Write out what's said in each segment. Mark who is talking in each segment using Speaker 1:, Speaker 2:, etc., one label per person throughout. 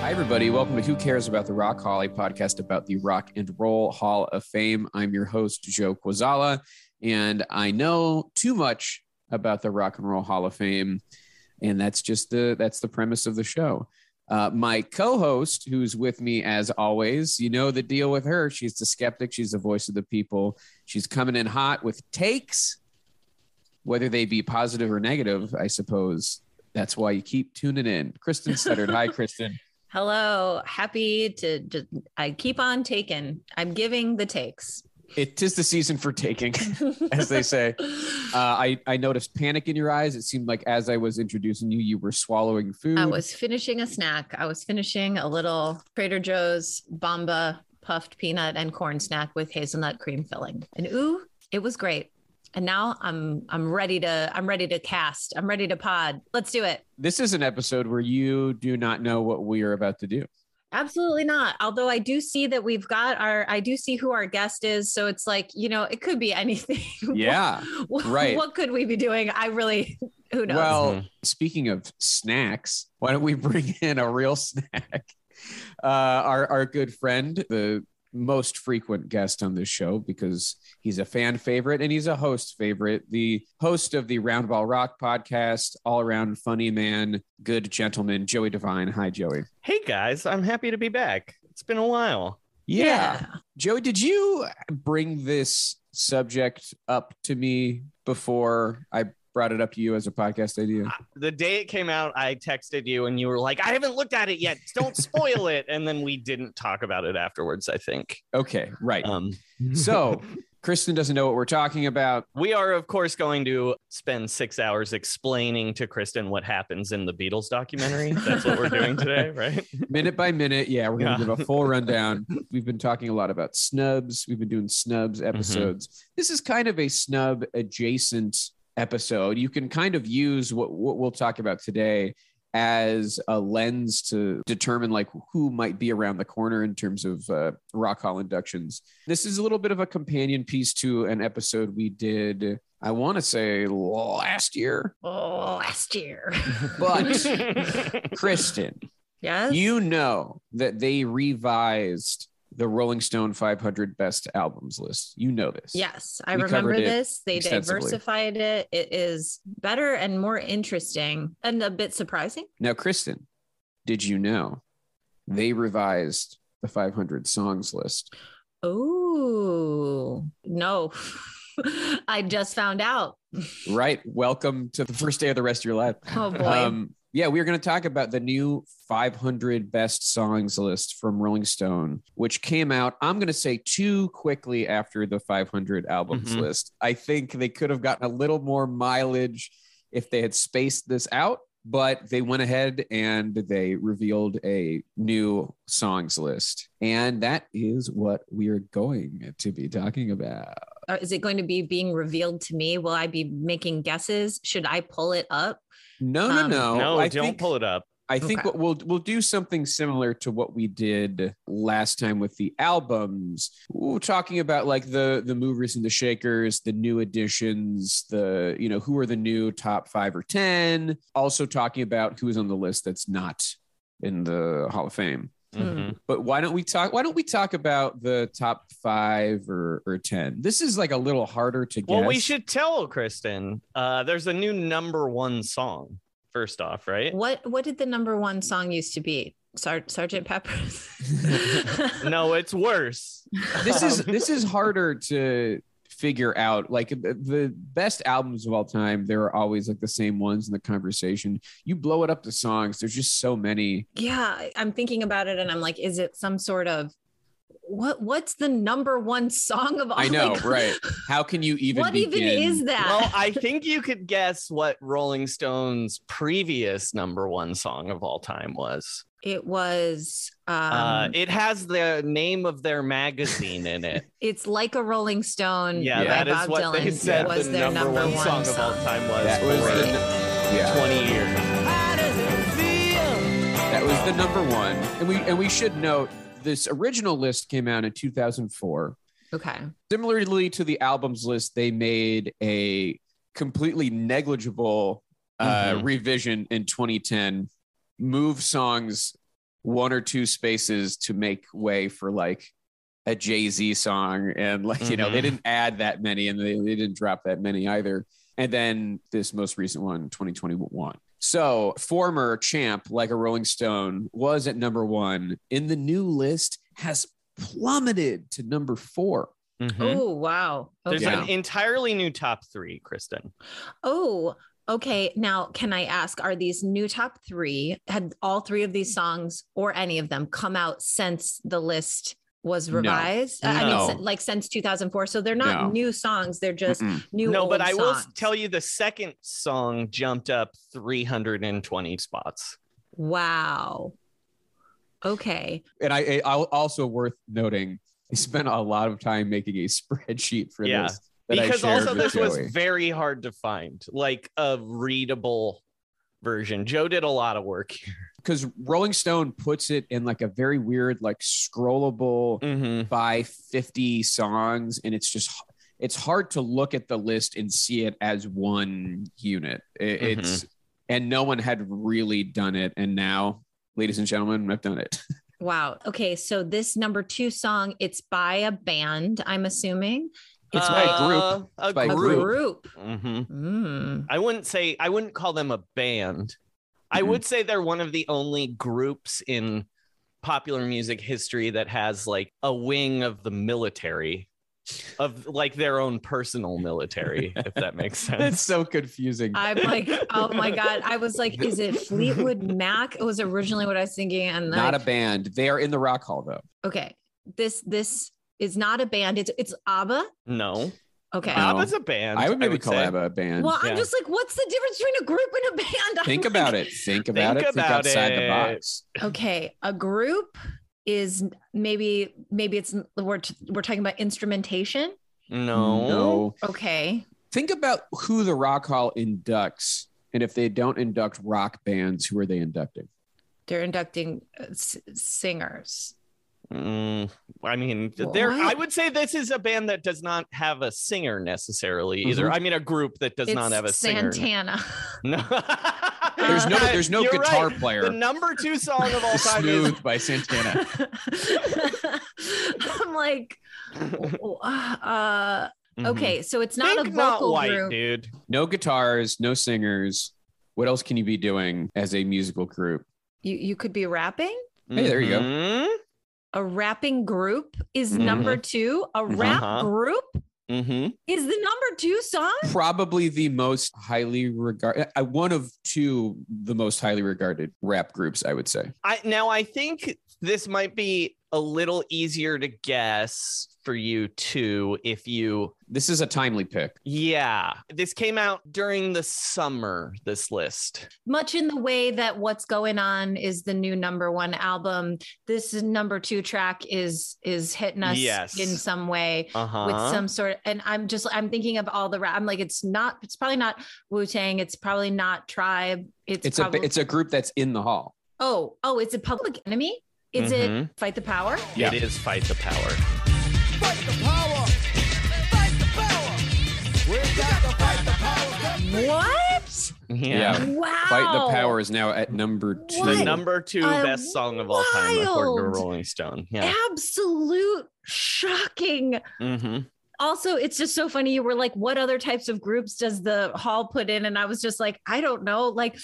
Speaker 1: Hi, everybody. Welcome to Who Cares About the Rock Holly podcast about the Rock and Roll Hall of Fame. I'm your host, Joe Quazala, and I know too much about the Rock and Roll Hall of Fame, and that's just the that's the premise of the show. Uh, my co-host, who's with me as always, you know the deal with her. She's the skeptic. She's the voice of the people. She's coming in hot with takes, whether they be positive or negative. I suppose that's why you keep tuning in. Kristen Sutter. Hi, Kristen.
Speaker 2: Hello, happy to just I keep on taking. I'm giving the takes.
Speaker 1: It is the season for taking, as they say. Uh, I I noticed panic in your eyes. It seemed like as I was introducing you, you were swallowing food.
Speaker 2: I was finishing a snack. I was finishing a little Trader Joe's Bomba puffed peanut and corn snack with hazelnut cream filling. And ooh, it was great. And now I'm I'm ready to I'm ready to cast. I'm ready to pod. Let's do it.
Speaker 1: This is an episode where you do not know what we are about to do.
Speaker 2: Absolutely not. Although I do see that we've got our, I do see who our guest is. So it's like, you know, it could be anything.
Speaker 1: Yeah,
Speaker 2: what,
Speaker 1: right.
Speaker 2: What could we be doing? I really, who knows?
Speaker 1: Well, speaking of snacks, why don't we bring in a real snack? Uh, our our good friend, the most frequent guest on this show because he's a fan favorite and he's a host favorite. The host of the Roundball Rock podcast, all around funny man, good gentleman, Joey Devine. Hi, Joey.
Speaker 3: Hey guys, I'm happy to be back. It's been a while.
Speaker 1: Joey, did you bring this subject up to me before I brought it up to you as a podcast idea?
Speaker 3: I- The day it came out, I texted you and you were like, I haven't looked at it yet. Don't spoil it. And then we didn't talk about it afterwards, I think.
Speaker 1: Okay, right.
Speaker 3: Um,
Speaker 1: So, Kristen doesn't know what we're talking about.
Speaker 3: we are, of course, going to spend six hours explaining to Kristen what happens in the Beatles documentary. That's what we're doing today, right?
Speaker 1: minute by minute. Yeah, we're gonna
Speaker 3: Yeah.
Speaker 1: give a full rundown. We've been talking a lot about snubs. We've been doing snubs episodes. This is kind of a snub adjacent episode. You can kind of use what what we'll talk about today as a lens to determine like who might be around the corner in terms of uh, rock hall inductions this is a little bit of a companion piece to an episode we did i want to say last year
Speaker 2: oh, last year.
Speaker 1: but kristen
Speaker 2: yes.
Speaker 1: you know that they revised the Rolling Stone 500 best albums list. You know this.
Speaker 2: Yes, I
Speaker 1: We
Speaker 2: remember
Speaker 1: covered it
Speaker 2: this. They
Speaker 1: extensively.
Speaker 2: diversified it. It is better and more interesting and a bit surprising.
Speaker 1: Now, Kristen, did you know they revised the 500 songs list?
Speaker 2: Oh, no. I just found out.
Speaker 1: Right. Welcome to the first day of the rest of your life.
Speaker 2: Oh boy.
Speaker 1: Um, yeah, we're going to talk about the new 500 best songs list from Rolling Stone, which came out, I'm going to say, too quickly after the 500 albums
Speaker 3: Mhm.
Speaker 1: list. I think they could have gotten a little more mileage if they had spaced this out, but they went ahead and they revealed a new songs list. And that is what we're going to be talking about.
Speaker 2: Uh, is it going to be being revealed to me? Will I be making guesses? Should I pull it up?
Speaker 1: No,
Speaker 2: Um,
Speaker 1: no, no.
Speaker 3: no,
Speaker 1: oh, I
Speaker 3: don't
Speaker 1: think-
Speaker 3: pull it up.
Speaker 1: I think
Speaker 2: Okay.
Speaker 1: what we'll we'll do something similar to what we did last time with the albums. Ooh, talking about like the the movers and the shakers, the new additions, the you know who are the new top five or ten. Also talking about who is on the list that's not in the Hall of Fame.
Speaker 3: Mhm.
Speaker 1: But why don't we talk? Why don't we talk about the top five or, or ten? This is like a little harder to guess.
Speaker 3: Well, we should tell Kristen. Uh, there's a new number one song. First off, right?
Speaker 2: What what did the number one song used to be? Sar- Sergeant Pepper's.
Speaker 3: No, it's worse.
Speaker 1: This is
Speaker 2: Um,
Speaker 1: this is harder to figure out. Like the, the best albums of all time, there are always like the same ones in the conversation. You blow it up to songs. There's just so many.
Speaker 2: yeah, I'm thinking about it, and I'm like, is it some sort of what? What's the number one song of all?
Speaker 1: I know,
Speaker 2: like,
Speaker 1: right? How can you even?
Speaker 2: Oh what even
Speaker 1: begin?
Speaker 2: is that?
Speaker 3: Well, I think you could guess what Rolling Stones' previous number one song of all time was.
Speaker 2: it was. Um,
Speaker 3: uh, it has the name of their magazine in it.
Speaker 2: it's like a Rolling Stone.
Speaker 3: Yeah,
Speaker 2: by
Speaker 3: that is
Speaker 2: Bob
Speaker 3: what
Speaker 2: Dylan
Speaker 3: they said
Speaker 2: was
Speaker 3: the
Speaker 2: their
Speaker 3: number, one, song, of all time was
Speaker 1: That was
Speaker 3: for
Speaker 1: the, yeah.
Speaker 3: 20 years.
Speaker 1: That was the number one, and we and we should note this original list came out in 2004.
Speaker 2: Okay.
Speaker 1: Similarly to the albums list, they made a completely negligible uh,
Speaker 3: Mhm.
Speaker 1: revision in 2010. Move songs one or two spaces to make way for like a Jay Z song, and like you know they
Speaker 3: Mhm.
Speaker 1: didn't add that many, and they, they didn't drop that many either. And then this most recent one, 2021. So, former champ like a Rolling Stone was at number one in the new list, has plummeted to number four. Mm-hmm.
Speaker 3: Mhm.
Speaker 2: Oh wow.
Speaker 3: There's
Speaker 2: Okay.
Speaker 3: an entirely new top three, Kristen.
Speaker 2: Oh, okay. Now, can I ask, are these new top three? Had all three of these songs or any of them come out since the list was
Speaker 1: No.
Speaker 2: revised? I- I mean,
Speaker 1: No.
Speaker 2: si- like since 2004. So they're not
Speaker 1: No.
Speaker 2: new songs, they're just
Speaker 1: Mm-mm.
Speaker 2: new.
Speaker 3: no, but
Speaker 2: old
Speaker 3: I will s-
Speaker 2: songs.
Speaker 3: tell you the second song jumped up 320 spots.
Speaker 2: Wow. Okay.
Speaker 1: And I, I I'll- also worth noting, I spent a lot of time making a spreadsheet for
Speaker 3: Yeah.
Speaker 1: this. that I
Speaker 3: Because
Speaker 1: shared
Speaker 3: also,
Speaker 1: with
Speaker 3: this was
Speaker 1: Joey.
Speaker 3: very hard to find, like a readable version. Joe did a lot of work here.
Speaker 1: because Rolling Stone puts it in like a very weird, like scrollable
Speaker 3: Mhm.
Speaker 1: by 50 songs, and it's just it's hard to look at the list and see it as one unit. It-
Speaker 3: Mm-hmm.
Speaker 1: It's and no one had really done it, and now, ladies and gentlemen, I've done it.
Speaker 2: Wow. Okay. So this number two song, it's by a band, I'm assuming.
Speaker 1: It's by a group.
Speaker 3: Uh, A
Speaker 1: by
Speaker 2: A
Speaker 1: group.
Speaker 3: group.
Speaker 2: group.
Speaker 3: Mhm.
Speaker 2: Mm.
Speaker 3: I wouldn't say I wouldn't call them a band. I
Speaker 1: Mhm.
Speaker 3: would say they're one of the only groups in popular music history that has like a wing of the military of like their own personal military if that makes
Speaker 1: That's
Speaker 3: sense.
Speaker 1: so confusing.
Speaker 2: I'm like, oh my God. I was like, is it Fleetwood Mac? It was originally what I was thinking. And
Speaker 1: Not
Speaker 2: like,
Speaker 1: a band. They are in the Rock Hall though.
Speaker 2: okay, this this is not a band. It's it's ABBA.
Speaker 3: No.
Speaker 2: Okay.
Speaker 1: No.
Speaker 3: ABBA's a band.
Speaker 1: I would maybe call
Speaker 3: say.
Speaker 1: ABBA a band.
Speaker 2: well, I'm
Speaker 3: yeah.
Speaker 2: just like, what's the difference between a group and a band? I'm
Speaker 1: think
Speaker 2: like-
Speaker 1: about it. Think about
Speaker 3: Think
Speaker 1: it. Think
Speaker 3: about
Speaker 1: outside the
Speaker 3: it.
Speaker 1: box.
Speaker 2: Okay, a group is maybe maybe it's we're t- we're talking about instrumentation.
Speaker 3: No.
Speaker 2: Okay.
Speaker 1: Think about who the Rock Hall inducts, and if they don't induct rock bands, who are they inducting?
Speaker 2: They're inducting uh, s- singers.
Speaker 3: Mm, I mean, there.
Speaker 2: What?
Speaker 3: I would say this is a band that does not have a singer necessarily either.
Speaker 1: Mhm.
Speaker 3: I mean, a group that does
Speaker 2: Mm-hmm. it's
Speaker 3: not have a singer.
Speaker 2: Santana.
Speaker 3: No.
Speaker 1: There's no. There's no
Speaker 3: Uh, You're right.
Speaker 1: guitar
Speaker 3: The
Speaker 1: player.
Speaker 3: number two song of all time
Speaker 1: Smooth
Speaker 3: is
Speaker 1: by Santana.
Speaker 2: I'm like, w- uh,
Speaker 3: Mhm.
Speaker 2: okay, so it's not
Speaker 3: Think
Speaker 2: a vocal
Speaker 3: not white,
Speaker 2: group.
Speaker 3: dude.
Speaker 1: No guitars. No singers. What else can you be doing as a musical group?
Speaker 2: You you could be rapping.
Speaker 1: Hey, there you go.
Speaker 3: Mm-hmm.
Speaker 2: A rapping group is
Speaker 3: Mhm.
Speaker 2: number two. A rap
Speaker 3: Uh-huh.
Speaker 2: group
Speaker 3: go.
Speaker 1: Mm-hmm.
Speaker 3: hmm
Speaker 2: is the number two song.
Speaker 1: Probably the most highly regarded, one of two, the most highly regarded rap groups, I would say.
Speaker 3: I now I think this might be a little easier to guess for you too if you
Speaker 1: This is a timely pick.
Speaker 3: yeah this came out during the summer this list
Speaker 2: Much in the way that "What's Going On" is the new number one album. This is number two track is is hitting us
Speaker 3: Yes.
Speaker 2: in some way.
Speaker 3: uh-huh
Speaker 2: with some sort and i'm just i'm thinking of all the rap i'm like it's not it's probably not wu-tang it's probably not tribe it's,
Speaker 1: It's a
Speaker 2: probably
Speaker 1: it's a group that's in the hall.
Speaker 2: oh oh it's a public enemy is it
Speaker 3: Mhm.
Speaker 2: fight the power
Speaker 1: Yeah.
Speaker 3: it is fight the power
Speaker 2: what
Speaker 1: Yeah.
Speaker 2: Wow.
Speaker 1: Fight the Power is now at number two.
Speaker 3: The
Speaker 2: What?
Speaker 3: number two
Speaker 2: A
Speaker 3: best song of all time, according to
Speaker 2: wild-
Speaker 3: Rolling Stone. Yeah.
Speaker 2: Absolute shocking.
Speaker 3: hmm
Speaker 2: Also, it's just so funny. You were like, what other types of groups does the hall put in? And I was just like, I don't know. Like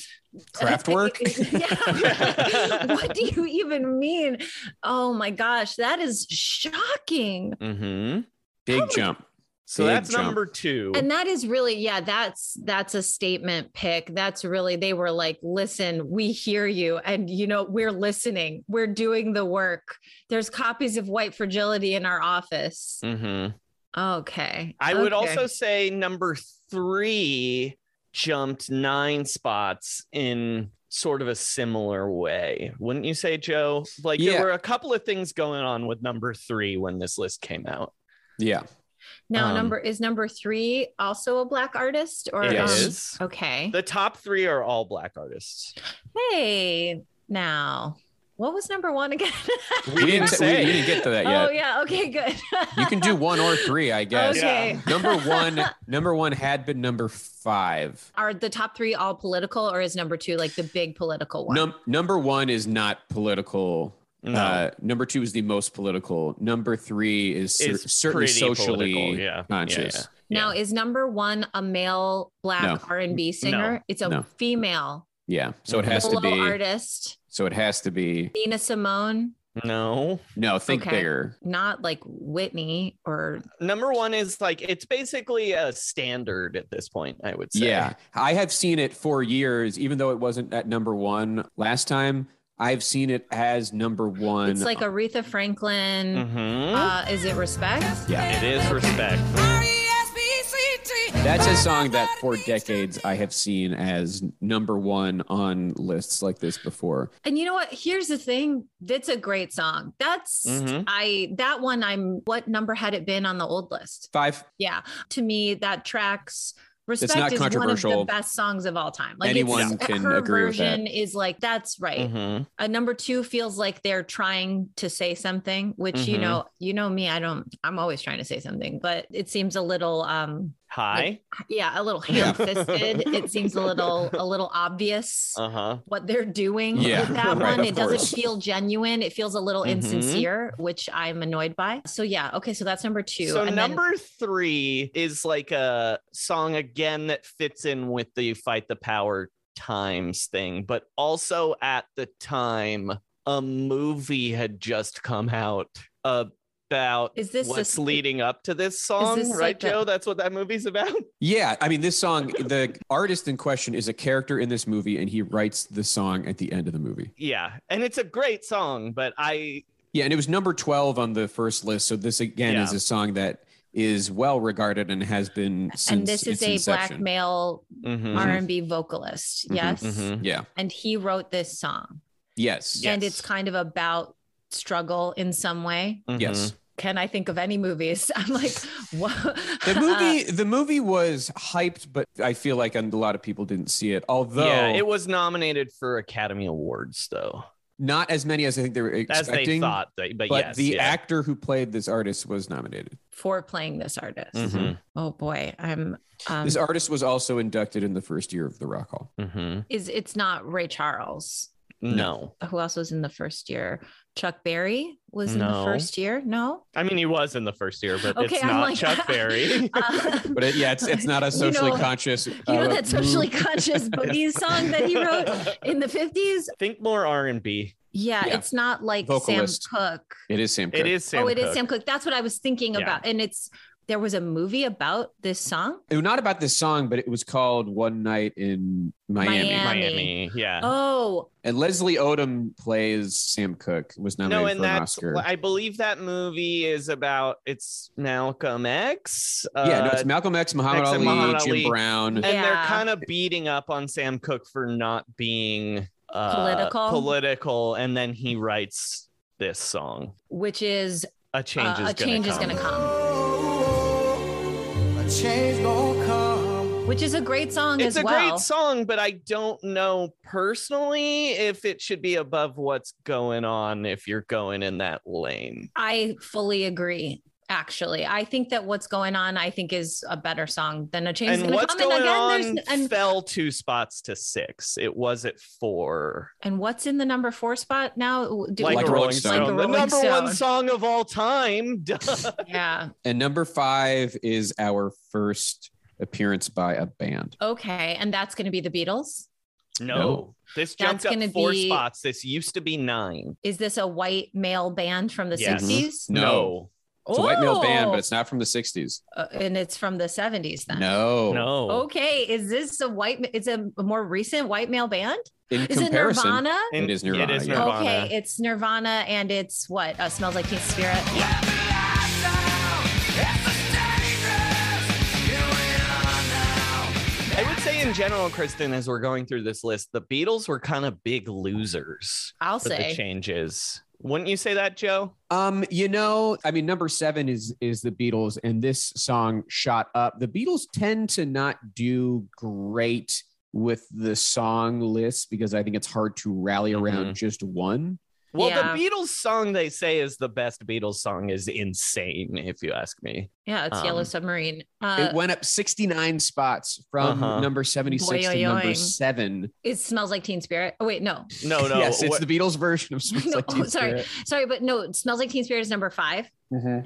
Speaker 1: Kraftwerk?
Speaker 2: yeah. what do you even mean? Oh my gosh, that is shocking.
Speaker 3: hmm
Speaker 1: Big jump.
Speaker 3: So
Speaker 1: Big
Speaker 3: that's
Speaker 1: jump.
Speaker 3: number two.
Speaker 2: And that is really, yeah, that's that's a statement pick. That's really they were like, listen, we hear you, and you know we're listening. We're doing the work. There's copies of White Fragility in our office.
Speaker 3: hmm
Speaker 2: Okay,
Speaker 3: I would
Speaker 2: Okay.
Speaker 3: also say number three jumped nine spots in sort of a similar way. Wouldn't you say, Joe? Like
Speaker 1: Yeah.
Speaker 3: there were a couple of things going on with number three when this list came out.
Speaker 1: Yeah.
Speaker 2: now
Speaker 3: um,
Speaker 2: number is number three also a black artist or
Speaker 3: It
Speaker 2: um,
Speaker 3: is.
Speaker 2: okay.
Speaker 3: The top three are all black artists.
Speaker 2: hey, now what was number one again?
Speaker 1: We didn't, we,
Speaker 3: say.
Speaker 1: we didn't get to that yet.
Speaker 2: oh yeah, Oh, okay, good.
Speaker 1: You can do one or three, I guess.
Speaker 2: Okay.
Speaker 1: Number one, number one had been number five.
Speaker 2: Are the top three all political, or is number two like the big political one?
Speaker 1: Num- number one is not political.
Speaker 3: No.
Speaker 1: Uh, number two is the most political. Number three is cer-
Speaker 3: It's
Speaker 1: certainly
Speaker 3: pretty
Speaker 1: socially
Speaker 3: political, yeah. Yeah,
Speaker 1: conscious.
Speaker 3: yeah.
Speaker 2: Now, is number one a male black
Speaker 1: No.
Speaker 2: R&B singer? It's a
Speaker 1: No.
Speaker 2: female
Speaker 1: Yeah, so it has to
Speaker 2: solo
Speaker 1: be.
Speaker 2: Mm-hmm. artist.
Speaker 1: So it has to be.
Speaker 2: Nina Simone,
Speaker 3: No.
Speaker 1: No, think
Speaker 2: Okay.
Speaker 1: bigger.
Speaker 2: not like Whitney or
Speaker 3: Number one is like it's basically a standard at this point, I would say.
Speaker 1: Yeah, I have seen it for years, even though it wasn't at number one last time. I've seen it as number one.
Speaker 2: it's like Aretha Franklin.
Speaker 3: Mhm.
Speaker 2: Uh, is it respect?
Speaker 1: Mm-hmm. yeah,
Speaker 3: It is respect.
Speaker 1: that's a song that for decades I have seen as number one on lists like this before.
Speaker 2: And you know what? Here's the thing. That's a great song. That's
Speaker 1: Mm-hmm.
Speaker 3: Mhm.
Speaker 2: I that one I'm what number had it been on the old list?
Speaker 1: Five.
Speaker 2: Yeah. To me, that tracks respect
Speaker 1: not
Speaker 2: is one of the
Speaker 1: controversial.
Speaker 2: best songs of all time. Like
Speaker 1: Anyone
Speaker 2: it's,
Speaker 1: can
Speaker 2: her
Speaker 1: agree with that. Mm-hmm.
Speaker 2: version is like that's right.
Speaker 3: Mhm.
Speaker 2: a number two feels like they're trying to say something which you
Speaker 1: Mm-hmm.
Speaker 3: Mhm.
Speaker 2: know you know me i don't i'm always trying to say something but it seems a little um
Speaker 3: Hi.
Speaker 2: yeah a little
Speaker 3: Yeah.
Speaker 2: ham-fisted it seems a little a little obvious
Speaker 3: Uh huh.
Speaker 2: what they're doing
Speaker 1: Yeah,
Speaker 2: with that
Speaker 1: right,
Speaker 2: one
Speaker 1: of
Speaker 2: it doesn't
Speaker 1: course. Mm-hmm.
Speaker 2: feel genuine it feels a little
Speaker 3: Mhm.
Speaker 2: insincere which i'm annoyed by so yeah okay so that's number two
Speaker 3: So
Speaker 2: and
Speaker 3: number three is like a song again that fits in with the fight the power times thing, but also at the time a movie had just come out about
Speaker 2: Is this
Speaker 3: what's
Speaker 2: this-
Speaker 3: leading up to this song,
Speaker 2: this
Speaker 3: right,
Speaker 2: like a-
Speaker 3: Joe? That's what that movie's about.
Speaker 1: Yeah, I mean, this song, the artist in question is a character in this movie, and he writes the song at the end of the movie.
Speaker 3: Yeah, and it's a great song, but I
Speaker 1: Yeah, and it was number 12 on the first list. So this, again,
Speaker 3: Yeah.
Speaker 1: is a song that is well regarded and has been since
Speaker 2: and this is
Speaker 1: its
Speaker 2: a black
Speaker 1: inception.
Speaker 2: male
Speaker 1: Mm-hmm.
Speaker 3: Mhm,
Speaker 2: r&b vocalist
Speaker 1: Mhm,
Speaker 2: yes
Speaker 3: mhm.
Speaker 1: Yeah.
Speaker 2: and he wrote this song
Speaker 1: Yes.
Speaker 3: Yeah.
Speaker 2: and
Speaker 3: Yes.
Speaker 2: it's kind of about struggle in some way.
Speaker 3: Mm-hmm.
Speaker 1: Yes.
Speaker 2: Can I think of any movies? I'm like, what?
Speaker 3: Uh,
Speaker 1: The movie the movie was hyped, but I feel like um, a lot of people didn't see it. Although
Speaker 3: yeah, it was nominated for Academy Awards though,
Speaker 1: not as many as I think they were
Speaker 3: as
Speaker 1: expecting.
Speaker 3: they thought. But, but
Speaker 1: but
Speaker 3: yes,
Speaker 1: the
Speaker 3: yeah.
Speaker 1: actor who played this artist was nominated.
Speaker 2: for playing this artist.
Speaker 1: Mm-hmm.
Speaker 3: Mhm,
Speaker 2: Oh boy, I'm. Um,
Speaker 1: this artist was also inducted in the first year of the Rock Hall.
Speaker 3: mhm.
Speaker 2: is it's not Ray Charles.
Speaker 3: No.
Speaker 2: Who else was in the first year? Chuck Berry was in the
Speaker 3: No.
Speaker 2: first year. No.
Speaker 3: I mean, he was in the first year, but
Speaker 2: Okay,
Speaker 3: it's
Speaker 2: I'm
Speaker 3: not
Speaker 2: like-
Speaker 3: Chuck Berry.
Speaker 2: Uh,
Speaker 1: But it, yeah, it's it's not
Speaker 2: You
Speaker 1: a socially
Speaker 2: know-
Speaker 1: conscious.
Speaker 2: you know
Speaker 1: uh,
Speaker 2: that socially
Speaker 1: move.
Speaker 2: conscious boogie song that he wrote in the 50s?
Speaker 3: Think more R and B.
Speaker 2: Yeah,
Speaker 1: Yeah.
Speaker 2: it's not like
Speaker 1: Vocalist.
Speaker 2: Sam Cooke.
Speaker 1: It is Sam.
Speaker 3: It
Speaker 1: Cooke.
Speaker 3: is Sam.
Speaker 2: oh, it is
Speaker 3: Cooke.
Speaker 2: Sam Cooke. That's what I was thinking
Speaker 3: Yeah.
Speaker 2: about. And it's there was a movie about this song.
Speaker 1: It was not about this song, but it was called "One Night in Miami."
Speaker 2: Miami.
Speaker 3: Miami. Yeah.
Speaker 2: Oh,
Speaker 1: And Leslie Odom plays Sam Cooke. Was nominated
Speaker 3: no, and
Speaker 1: for an
Speaker 3: that's
Speaker 1: Oscar.
Speaker 3: I believe that movie is about it's Malcolm X. Uh,
Speaker 1: yeah, no, it's Malcolm X, Muhammad
Speaker 3: X
Speaker 1: Ali,
Speaker 3: and Muhammad
Speaker 1: Jim
Speaker 3: Ali.
Speaker 1: Brown.
Speaker 3: and they're
Speaker 2: Yeah.
Speaker 3: kind of beating up on Sam Cooke for not being uh,
Speaker 2: Political?
Speaker 3: Political, and then he writes this song.
Speaker 2: which is
Speaker 3: A change
Speaker 2: uh,
Speaker 3: is
Speaker 2: a change is
Speaker 3: come.
Speaker 2: going to come,
Speaker 4: A change gonna come.
Speaker 2: which is a great song
Speaker 3: it's
Speaker 2: as
Speaker 3: a
Speaker 2: well.
Speaker 3: great song but i don't know personally if it should be above what's going on if you're going in that lane
Speaker 2: I fully agree. actually. I think that what's going on, I think, is a better song than a change.
Speaker 3: And what's
Speaker 2: coming.
Speaker 3: going
Speaker 2: Again,
Speaker 3: on
Speaker 2: there's- and,
Speaker 3: fell two spots to six. It was at four.
Speaker 2: and what's in the number four spot now? Do-
Speaker 3: like,
Speaker 1: Like
Speaker 3: a
Speaker 1: a
Speaker 3: Rolling
Speaker 1: Rolling
Speaker 3: Stone.
Speaker 1: Stone.
Speaker 2: Like
Speaker 3: the
Speaker 2: a Rolling
Speaker 3: number
Speaker 2: Stone.
Speaker 3: one song of all time. Duh.
Speaker 2: yeah.
Speaker 1: And number five is our first appearance by a band.
Speaker 2: Okay. And that's going to be the Beatles.
Speaker 3: no.
Speaker 1: No.
Speaker 3: This
Speaker 2: That's
Speaker 3: jumped up
Speaker 2: gonna
Speaker 3: four
Speaker 2: be-
Speaker 3: spots. This used to be nine.
Speaker 2: Is this a white male band from the
Speaker 3: Yes.
Speaker 2: 60s?
Speaker 1: No. Mm-hmm. It's a white male band, but it's not from the 60s.
Speaker 2: Uh, and it's from the 70s then.
Speaker 1: No.
Speaker 3: No.
Speaker 2: Okay. Is this a white, it's a more recent white male band?
Speaker 1: In
Speaker 2: Is it
Speaker 1: comparison,
Speaker 2: Nirvana?
Speaker 3: And-
Speaker 1: It is Nirvana,
Speaker 3: It is
Speaker 1: yeah.
Speaker 3: Nirvana.
Speaker 2: Okay. It's Nirvana and it's what? Uh, Smells Like Teen Spirit. Yeah.
Speaker 3: I would say in general, Kristen, as we're going through this list, the Beatles were kind of big losers
Speaker 2: I'll
Speaker 3: for the
Speaker 2: say.
Speaker 3: changes. Wouldn't you say that, Joe?
Speaker 1: Um, you know, I mean, number seven is is the Beatles, and this song shot up. The Beatles tend to not do great with the song list because I think it's hard to rally around
Speaker 3: Mhm.
Speaker 1: just one.
Speaker 3: Well,
Speaker 2: Yeah.
Speaker 3: the Beatles song they say is the best Beatles song is insane, if you ask me.
Speaker 2: Yeah. It's Yellow
Speaker 3: Um,
Speaker 2: Submarine. Uh,
Speaker 1: it went up 69 spots from
Speaker 3: Uh-huh.
Speaker 1: number 76 to
Speaker 2: Boy-oy-oy.
Speaker 1: number seven.
Speaker 2: it smells like Teen Spirit. Oh, wait. No.
Speaker 3: No, no.
Speaker 1: yes, it's the
Speaker 3: what-
Speaker 1: Beatles version of Smells
Speaker 2: No,
Speaker 1: Like Teen
Speaker 2: sorry.
Speaker 1: Spirit. Mm-hmm.
Speaker 2: Sorry, but no, it smells like Teen Spirit is number five.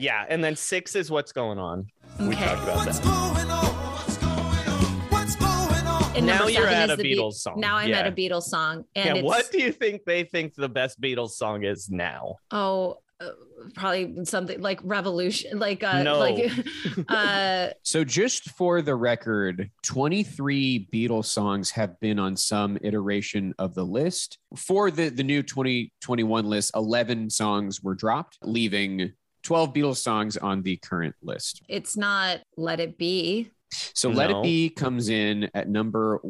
Speaker 3: yeah, and then six is what's going on. We
Speaker 2: Okay.
Speaker 3: talked about
Speaker 4: What's
Speaker 3: that.
Speaker 4: going on? What's going on? What's going on?
Speaker 2: And
Speaker 3: Now
Speaker 2: number
Speaker 3: you're
Speaker 2: seven
Speaker 3: at
Speaker 2: is
Speaker 3: a
Speaker 2: the Be-
Speaker 3: Beatles song.
Speaker 2: Now I'm at
Speaker 3: Yeah.
Speaker 2: a Beatles song. And
Speaker 3: yeah,
Speaker 2: it's,
Speaker 3: what do you think they think the best Beatles song is now?
Speaker 2: Oh, uh, probably something like Revolution. Like, uh,
Speaker 3: No.
Speaker 2: like, uh,
Speaker 1: So, just for the record, 23 Beatles songs have been on some iteration of the list. For the, the new 2021 list, 11 songs were dropped, leaving 12 Beatles songs on the current list.
Speaker 2: it's not Let It Be.
Speaker 1: So, Let It
Speaker 3: No.
Speaker 1: Be comes in at number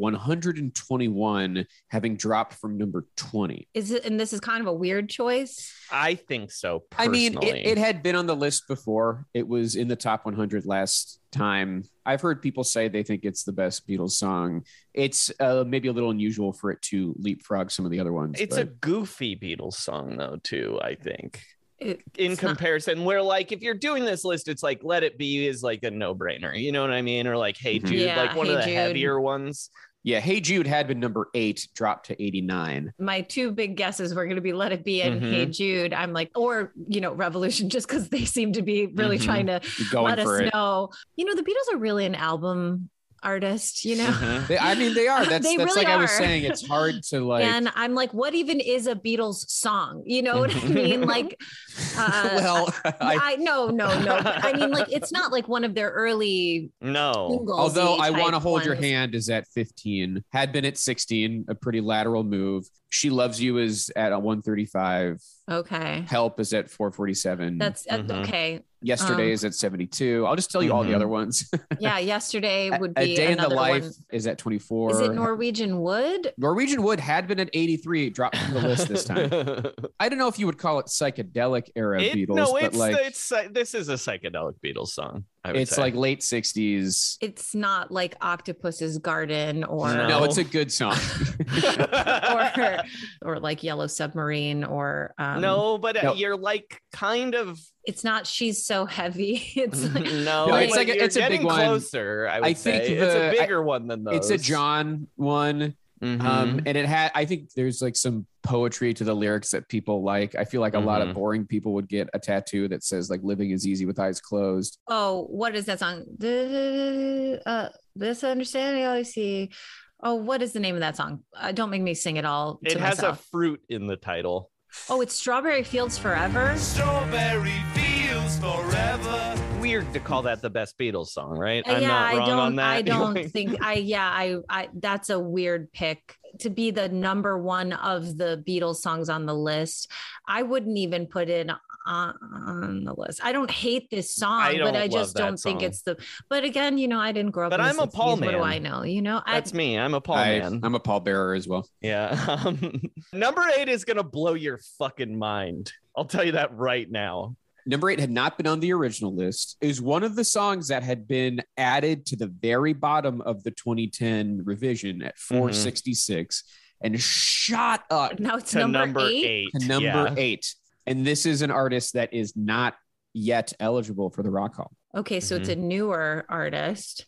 Speaker 1: 121, having dropped from number 20.
Speaker 2: Is it, and this is kind of a weird choice.
Speaker 3: I think so.
Speaker 1: I
Speaker 3: Personally.
Speaker 1: mean, it, it had been on the list before. It was in the top 100 last time. I've heard people say they think it's the best Beatles song. It's uh, maybe a little unusual for it to leapfrog some of the other ones.
Speaker 3: It's a
Speaker 1: but-
Speaker 3: goofy Beatles song, though, too, I think.
Speaker 2: It-
Speaker 3: In
Speaker 2: it's not-
Speaker 3: comparison, where like if you're doing this list, it's like Let It Be is like a no brainer. You know what I mean? Or like Hey
Speaker 1: Mhm.
Speaker 3: Jude,
Speaker 2: Yeah,
Speaker 3: like one of
Speaker 2: Hey
Speaker 3: the
Speaker 2: Jude.
Speaker 3: heavier ones.
Speaker 1: yeah. Hey Jude had been number eight, dropped to 89.
Speaker 2: my two big guesses were going to be Let It Be and
Speaker 3: Mhm.
Speaker 2: Hey Jude. I'm like, or, you know, Revolution, just because they seem to be really
Speaker 3: Mm-hmm.
Speaker 1: Mhm.
Speaker 2: trying to
Speaker 1: Going
Speaker 2: let
Speaker 1: for
Speaker 2: us
Speaker 1: it.
Speaker 2: know. You know, the Beatles are really an album artist, you know?
Speaker 3: Mhm.
Speaker 1: They- I mean, they are. That's
Speaker 2: They
Speaker 1: that's
Speaker 2: really
Speaker 1: like I was
Speaker 2: are.
Speaker 1: saying. It's hard to like.
Speaker 2: and I'm like, what even is a Beatles song? You know what I
Speaker 3: Mhm.
Speaker 2: mean? Like, uh,
Speaker 1: well, I,
Speaker 2: I, no, no, no. But I mean, like, it's not like one of their early.
Speaker 3: No.
Speaker 2: Inglesy
Speaker 1: although I
Speaker 2: type
Speaker 1: want to hold your
Speaker 2: ones.
Speaker 1: hand is at 15, had been at 16, a pretty lateral move. She loves you is at a 135.
Speaker 2: Okay,
Speaker 1: Help is at 447.
Speaker 2: that's uh,
Speaker 1: Mm-hmm.
Speaker 3: Mhm.
Speaker 2: okay.
Speaker 1: Yesterday
Speaker 2: um,
Speaker 1: is at 72. I'll just tell you all the
Speaker 3: Mhm.
Speaker 1: other ones.
Speaker 2: Yeah, yesterday
Speaker 1: A-
Speaker 2: would
Speaker 1: a
Speaker 2: be
Speaker 1: Day in the
Speaker 2: another
Speaker 1: Life
Speaker 2: one.
Speaker 1: is at 24.
Speaker 2: Is it Norwegian Wood?
Speaker 1: Norwegian Wood had been at 83. It dropped from the list this time. I don't know if you would call it psychedelic era
Speaker 3: It-
Speaker 1: Beatles,
Speaker 3: no,
Speaker 1: but
Speaker 3: it's,
Speaker 1: like it's,
Speaker 3: it's uh, this is a psychedelic Beatles song. I would say.
Speaker 1: like late 60s.
Speaker 2: It's not like Octopus's Garden or
Speaker 3: No.
Speaker 1: No, it's a good song.
Speaker 2: or or like Yellow Submarine or um,
Speaker 3: no, but uh,
Speaker 1: No.
Speaker 3: you're like kind of
Speaker 2: It's not. She's so heavy. It's like, No,
Speaker 3: no, but
Speaker 2: it's like
Speaker 1: a-
Speaker 3: you're
Speaker 1: it's a big
Speaker 3: getting
Speaker 1: one.
Speaker 3: Closer, I, would
Speaker 1: I think
Speaker 3: think it's
Speaker 1: the- I-
Speaker 3: a bigger one than those.
Speaker 1: it's a John one. Um,
Speaker 3: Mhm.
Speaker 1: and it had, I think there's like some poetry to the lyrics that people like. I feel like a lot of
Speaker 3: Mhm.
Speaker 1: boring people would get a tattoo that says, like, living is easy with eyes closed.
Speaker 2: oh, what is that song? Du- Uh, this understanding I see. Oh, what is the name of that song? Uh, don't make me sing it all.
Speaker 3: it
Speaker 2: to
Speaker 3: has
Speaker 2: myself.
Speaker 3: a fruit in the title.
Speaker 2: Oh, it's Strawberry Fields Forever.
Speaker 4: Strawberry fields forever.
Speaker 3: Weird to call that the best Beatles song, right?
Speaker 2: Uh,
Speaker 3: I'm
Speaker 2: yeah,
Speaker 3: not
Speaker 2: I
Speaker 3: wrong
Speaker 2: don't.
Speaker 3: on that.
Speaker 2: I don't think. I yeah. I. I. That's a weird pick to be the number one of the Beatles songs on the list. I wouldn't even put it on, on the list. I don't hate this song,
Speaker 3: I
Speaker 2: but
Speaker 3: don't
Speaker 2: I
Speaker 3: love
Speaker 2: just
Speaker 3: that
Speaker 2: don't think
Speaker 3: song.
Speaker 2: it's the. But again, you know, I didn't grow up.
Speaker 3: But
Speaker 2: in the
Speaker 3: I'm a Paul
Speaker 2: 60s. What do
Speaker 3: man.
Speaker 2: I know? You know, I,
Speaker 3: That's me. I'm a Paul
Speaker 1: I,
Speaker 3: man.
Speaker 1: I'm a pallbearer as well.
Speaker 3: yeah. Um, number eight is gonna blow your fucking mind. I'll tell you that right now.
Speaker 1: Number eight had not been on the original list. Is one of the songs that had been added to the very bottom of the 2010 revision at
Speaker 3: Mm-hmm.
Speaker 1: 466 and shot up
Speaker 2: now it's
Speaker 3: To
Speaker 2: number,
Speaker 3: number
Speaker 2: eight.
Speaker 3: eight.
Speaker 1: to number
Speaker 3: yeah.
Speaker 1: eight. And this is an artist that is not yet eligible for the Rock Hall.
Speaker 2: Okay, so it's a newer artist,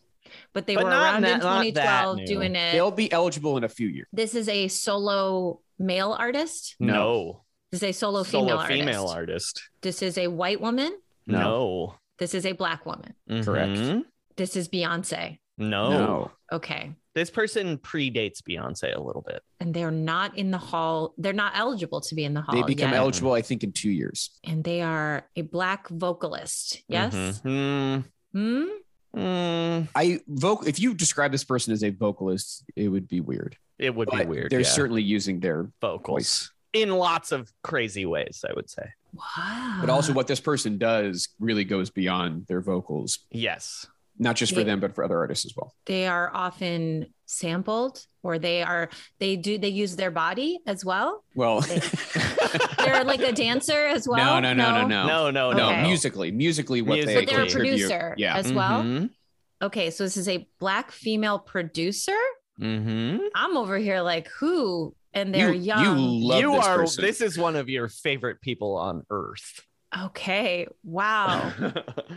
Speaker 2: but they
Speaker 3: Mm-hmm. But
Speaker 2: were
Speaker 3: not
Speaker 2: around
Speaker 3: that-
Speaker 2: in
Speaker 3: not that
Speaker 2: 2012
Speaker 3: new.
Speaker 2: doing it.
Speaker 1: They'll be eligible in a few years.
Speaker 2: this is a solo male artist.
Speaker 1: No.
Speaker 3: No.
Speaker 2: This is a solo,
Speaker 3: Solo
Speaker 2: female,
Speaker 3: female
Speaker 2: artist.
Speaker 3: artist.
Speaker 2: This is a white woman.
Speaker 3: No.
Speaker 2: This is a black woman.
Speaker 1: Correct.
Speaker 3: Mhm.
Speaker 2: This is Beyonce.
Speaker 3: No.
Speaker 1: Mm-hmm. No.
Speaker 2: Okay.
Speaker 3: This person predates Beyonce a little bit.
Speaker 2: And they're not in the hall. They're not eligible to be in the hall.
Speaker 1: They become
Speaker 2: yet.
Speaker 1: eligible, I think, in two years.
Speaker 2: and they are a black vocalist.
Speaker 1: Mm-hmm.
Speaker 2: Yes.
Speaker 3: Mhm.
Speaker 2: Hmm?
Speaker 3: Mm, mm,
Speaker 1: I voc- if you describe this person as a vocalist, it would be weird.
Speaker 3: It would be
Speaker 1: But
Speaker 3: weird.
Speaker 1: They're
Speaker 3: yeah.
Speaker 1: certainly using their
Speaker 3: vocals
Speaker 1: voice.
Speaker 3: in lots of crazy ways, I would say.
Speaker 2: Wow.
Speaker 1: But also what this person does really goes beyond their vocals,
Speaker 3: Yes.
Speaker 1: not just for
Speaker 2: Yeah.
Speaker 1: them, but for other artists as well.
Speaker 2: they are often sampled or they are they do they use their body as well.
Speaker 1: Well,
Speaker 2: They're like a dancer as well.
Speaker 1: no, no, no, no, no.
Speaker 3: No, no,
Speaker 1: No,
Speaker 2: Okay.
Speaker 1: musically, musically, what
Speaker 3: Musically.
Speaker 1: they
Speaker 2: But they're a
Speaker 1: contribute.
Speaker 2: producer
Speaker 1: Yeah,
Speaker 2: as well.
Speaker 3: Mhm.
Speaker 2: Okay, so this is a black female producer.
Speaker 3: Mhm.
Speaker 2: I'm over here like who? And they're
Speaker 1: You- you
Speaker 2: young.
Speaker 1: Love
Speaker 3: you
Speaker 1: this
Speaker 3: are.
Speaker 1: person.
Speaker 3: This is one of your favorite people on earth.
Speaker 2: okay, wow.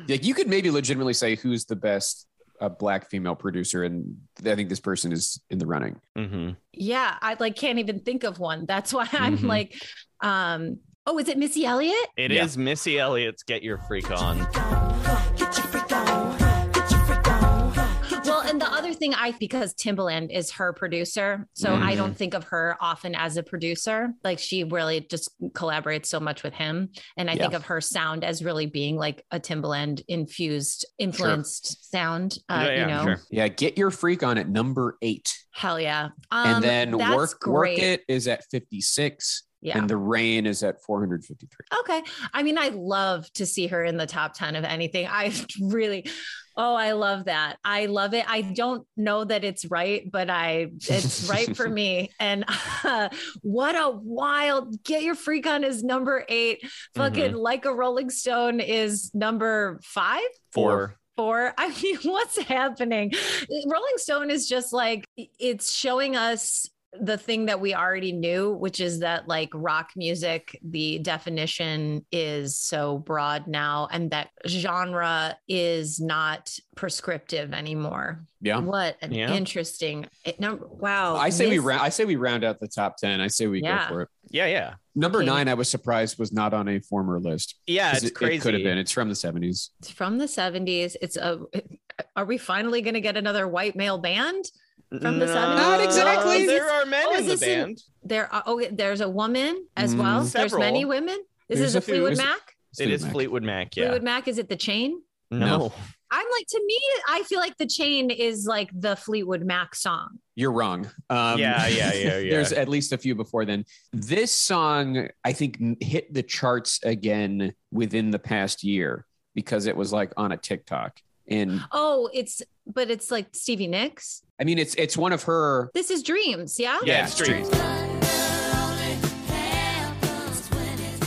Speaker 1: like you could maybe legitimately say who's the best uh, black female producer, and I think this person is in the running.
Speaker 3: Mhm.
Speaker 2: yeah, I like can't even think of one. That's why I'm
Speaker 1: Mm-hmm.
Speaker 3: Mhm.
Speaker 2: like, um, oh, is it Missy Elliott?
Speaker 3: It
Speaker 1: Yeah.
Speaker 3: is Missy Elliott's "Get Your Freak On."
Speaker 4: Get your freak on. Get your freak on.
Speaker 2: Well, and the other thing I because Timbaland is her producer, so
Speaker 1: Mm-hmm.
Speaker 2: I don't think of her often as a producer. Like she really just collaborates so much with him, and I think
Speaker 1: Yeah.
Speaker 2: of her sound as really being like a Timbaland infused, influenced sound. Uh,
Speaker 3: Yeah, yeah,
Speaker 2: you know,
Speaker 3: sure.
Speaker 1: Yeah, get your freak on at number eight,
Speaker 2: hell yeah.
Speaker 1: and
Speaker 2: Um,
Speaker 1: then
Speaker 2: that's
Speaker 1: work work
Speaker 2: great.
Speaker 1: it is at fifty six,
Speaker 2: Yeah.
Speaker 1: and the rain is at four hundred fifty three.
Speaker 2: Okay. I mean, I love to see her in the top 10 of anything. I really, oh, I love that. I love it. I don't know that it's right, but I, it's right for me. And uh, what a wild get your freak on is number eight. Fucking like a Rolling Stone is number five
Speaker 3: Four.
Speaker 2: for i mean what's happening rolling stone is just like it's showing us the thing that we already knew which is that like rock music the definition is so broad now and that genre is not prescriptive anymore
Speaker 1: Yeah,
Speaker 2: what an
Speaker 3: Yeah.
Speaker 2: interesting it, number wow
Speaker 1: I say we
Speaker 2: Miss-
Speaker 1: round. I say we round out the top ten. I say we
Speaker 2: Yeah.
Speaker 1: go for it.
Speaker 3: Yeah, yeah,
Speaker 1: Number
Speaker 2: Okay.
Speaker 1: nine, I was surprised was not on a former list.
Speaker 3: yeah.
Speaker 1: 'Cause
Speaker 3: It's
Speaker 1: it,
Speaker 3: crazy.
Speaker 1: It could have been. It's from the seventies.
Speaker 2: it's from the 70s it's a are we finally going to get another white male band from the
Speaker 3: No,
Speaker 2: 70s? Not exactly.
Speaker 3: There are men
Speaker 2: Oh, is
Speaker 3: in the
Speaker 2: this in-
Speaker 3: band.
Speaker 2: there are, oh there's a woman as
Speaker 1: Mm.
Speaker 2: well there's
Speaker 3: Several.
Speaker 2: many women this
Speaker 1: There's
Speaker 2: is a
Speaker 1: a few.
Speaker 2: fleetwood
Speaker 1: There's a-
Speaker 2: mac
Speaker 3: It is Fleetwood Mac. Yeah.
Speaker 2: Fleetwood Mac is it the chain?
Speaker 3: No.
Speaker 2: I'm like to me, I feel like the chain is like the Fleetwood Mac song.
Speaker 1: You're wrong. Um,
Speaker 3: Yeah, yeah, yeah, yeah.
Speaker 1: There's at least a few before then. This song, I think, m- hit the charts again within the past year because it was like on a TikTok. And
Speaker 2: Oh, it's but it's like Stevie Nicks.
Speaker 1: I mean, it's it's one of her.
Speaker 2: This is Dreams, yeah.
Speaker 3: Yeah,
Speaker 1: it's
Speaker 3: Dreams.
Speaker 1: Dreams.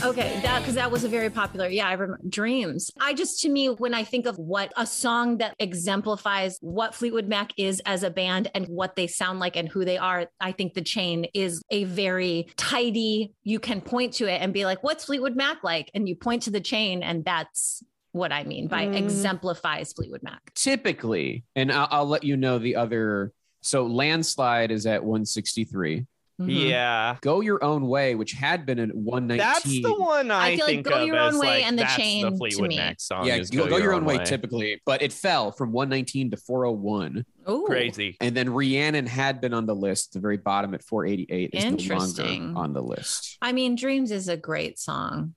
Speaker 2: Okay, that because that was a very popular. Yeah, I remember Dreams. I just to me when I think of what a song that exemplifies what Fleetwood Mac is as a band and what they sound like and who they are, I think The Chain is a very tidy. You can point to it and be like, "What's Fleetwood Mac like?" And you point to The Chain, and that's what I mean by exemplifies Fleetwood Mac.
Speaker 1: Typically, and I'll, I'll let you know the other. So, Landslide is at 163.
Speaker 2: Mhm.
Speaker 3: Yeah.
Speaker 1: Go Your Own Way, which had been at 119.
Speaker 3: That's the one I,
Speaker 2: I feel like
Speaker 3: think
Speaker 2: Go
Speaker 3: of
Speaker 2: Your
Speaker 3: as
Speaker 2: Own Way
Speaker 3: like,
Speaker 2: and The
Speaker 3: that's
Speaker 2: Chain
Speaker 3: the
Speaker 2: to
Speaker 3: Fleetwood
Speaker 2: me.
Speaker 3: Mac song.
Speaker 1: Yeah,
Speaker 3: is
Speaker 1: go, go your own way, typically, but it fell from 119 to 401.
Speaker 2: Oh,
Speaker 3: Crazy.
Speaker 1: And then Rhiannon had been on the list, the very bottom at 488 is no
Speaker 2: Interesting.
Speaker 1: longer on the list.
Speaker 2: I mean, Dreams is a great song.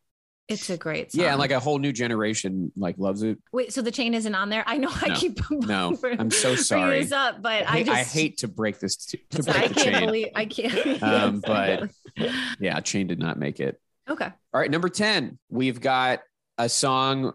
Speaker 2: It's a great song.
Speaker 1: Yeah, and like a whole new generation like loves it.
Speaker 2: Wait, so the chain isn't on there? I know I
Speaker 1: No,
Speaker 2: keep
Speaker 1: no,
Speaker 2: bringing
Speaker 1: I'm so sorry.
Speaker 2: yours up, but
Speaker 1: I, hate-
Speaker 2: I,
Speaker 1: I
Speaker 2: just
Speaker 1: hate to break this to, to
Speaker 2: sorry, I
Speaker 1: break the
Speaker 2: can't
Speaker 1: chain.
Speaker 2: believe I can't.
Speaker 1: Um, but- yeah, chain did not make it.
Speaker 2: okay,
Speaker 1: All right, number 10. We've got a song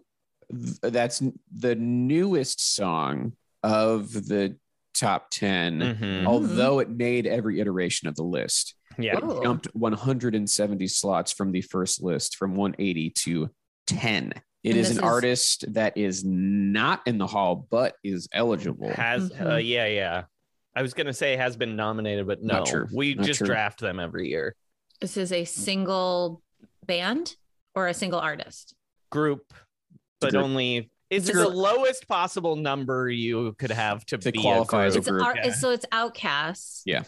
Speaker 1: th- that's n- the newest song of the top 10,
Speaker 3: Mhm.
Speaker 1: although it made every iteration of the list.
Speaker 3: Yeah.
Speaker 2: Ooh.
Speaker 1: jumped 170 slots from the first list from 180 to 10. It
Speaker 2: And
Speaker 1: is
Speaker 2: this
Speaker 1: an
Speaker 2: is-
Speaker 1: artist that is not in the hall, but is eligible.
Speaker 3: Has uh,
Speaker 2: Mhm.
Speaker 3: yeah, yeah. I was gonna say has been nominated, but no.
Speaker 1: Not true.
Speaker 3: We
Speaker 1: Not
Speaker 3: just
Speaker 1: true.
Speaker 3: draft them every year.
Speaker 2: this is a single band or a single artist.
Speaker 3: Group but
Speaker 1: group.
Speaker 3: only it's
Speaker 2: It's a-
Speaker 3: the lowest possible number you could have to,
Speaker 1: To
Speaker 3: be
Speaker 1: qualify
Speaker 3: a
Speaker 1: as a
Speaker 3: group.
Speaker 2: It's
Speaker 1: group,
Speaker 2: our,
Speaker 3: yeah.
Speaker 2: so it's Outcasts.
Speaker 1: Yeah.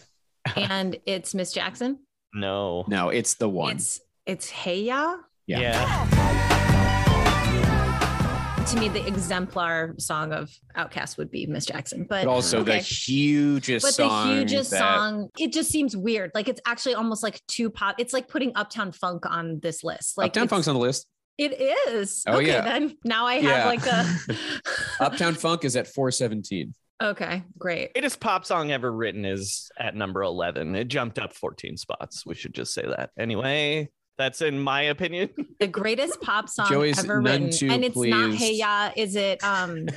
Speaker 2: and it's Miss Jackson.
Speaker 3: No.
Speaker 1: No, it's the one.
Speaker 2: It's it's Heya.
Speaker 1: Yeah.
Speaker 2: To me, the exemplar song of Outcast would be Miss Jackson, but,
Speaker 1: but also the
Speaker 2: okay.
Speaker 1: hugest
Speaker 2: But the
Speaker 1: song.
Speaker 2: hugest
Speaker 1: that-
Speaker 2: song, it just seems weird. Like it's actually almost like two pop. It's like putting Uptown Funk on this list. Like
Speaker 1: Uptown
Speaker 2: it's-
Speaker 1: Funk's on the list.
Speaker 2: It is.
Speaker 1: Oh,
Speaker 2: okay,
Speaker 1: yeah.
Speaker 2: then now I have
Speaker 1: Yeah.
Speaker 2: like a.
Speaker 1: Uptown Funk is at 417.
Speaker 2: okay, great.
Speaker 3: Greatest pop song ever written is at number 11. It jumped up 14 spots. We should just say that. Anyway, that's in my opinion.
Speaker 2: The greatest pop song
Speaker 1: Joey's
Speaker 2: ever
Speaker 1: None
Speaker 2: written,
Speaker 1: Too
Speaker 2: and it's not
Speaker 1: Pleased.
Speaker 2: Hey Ya. Is it? Um,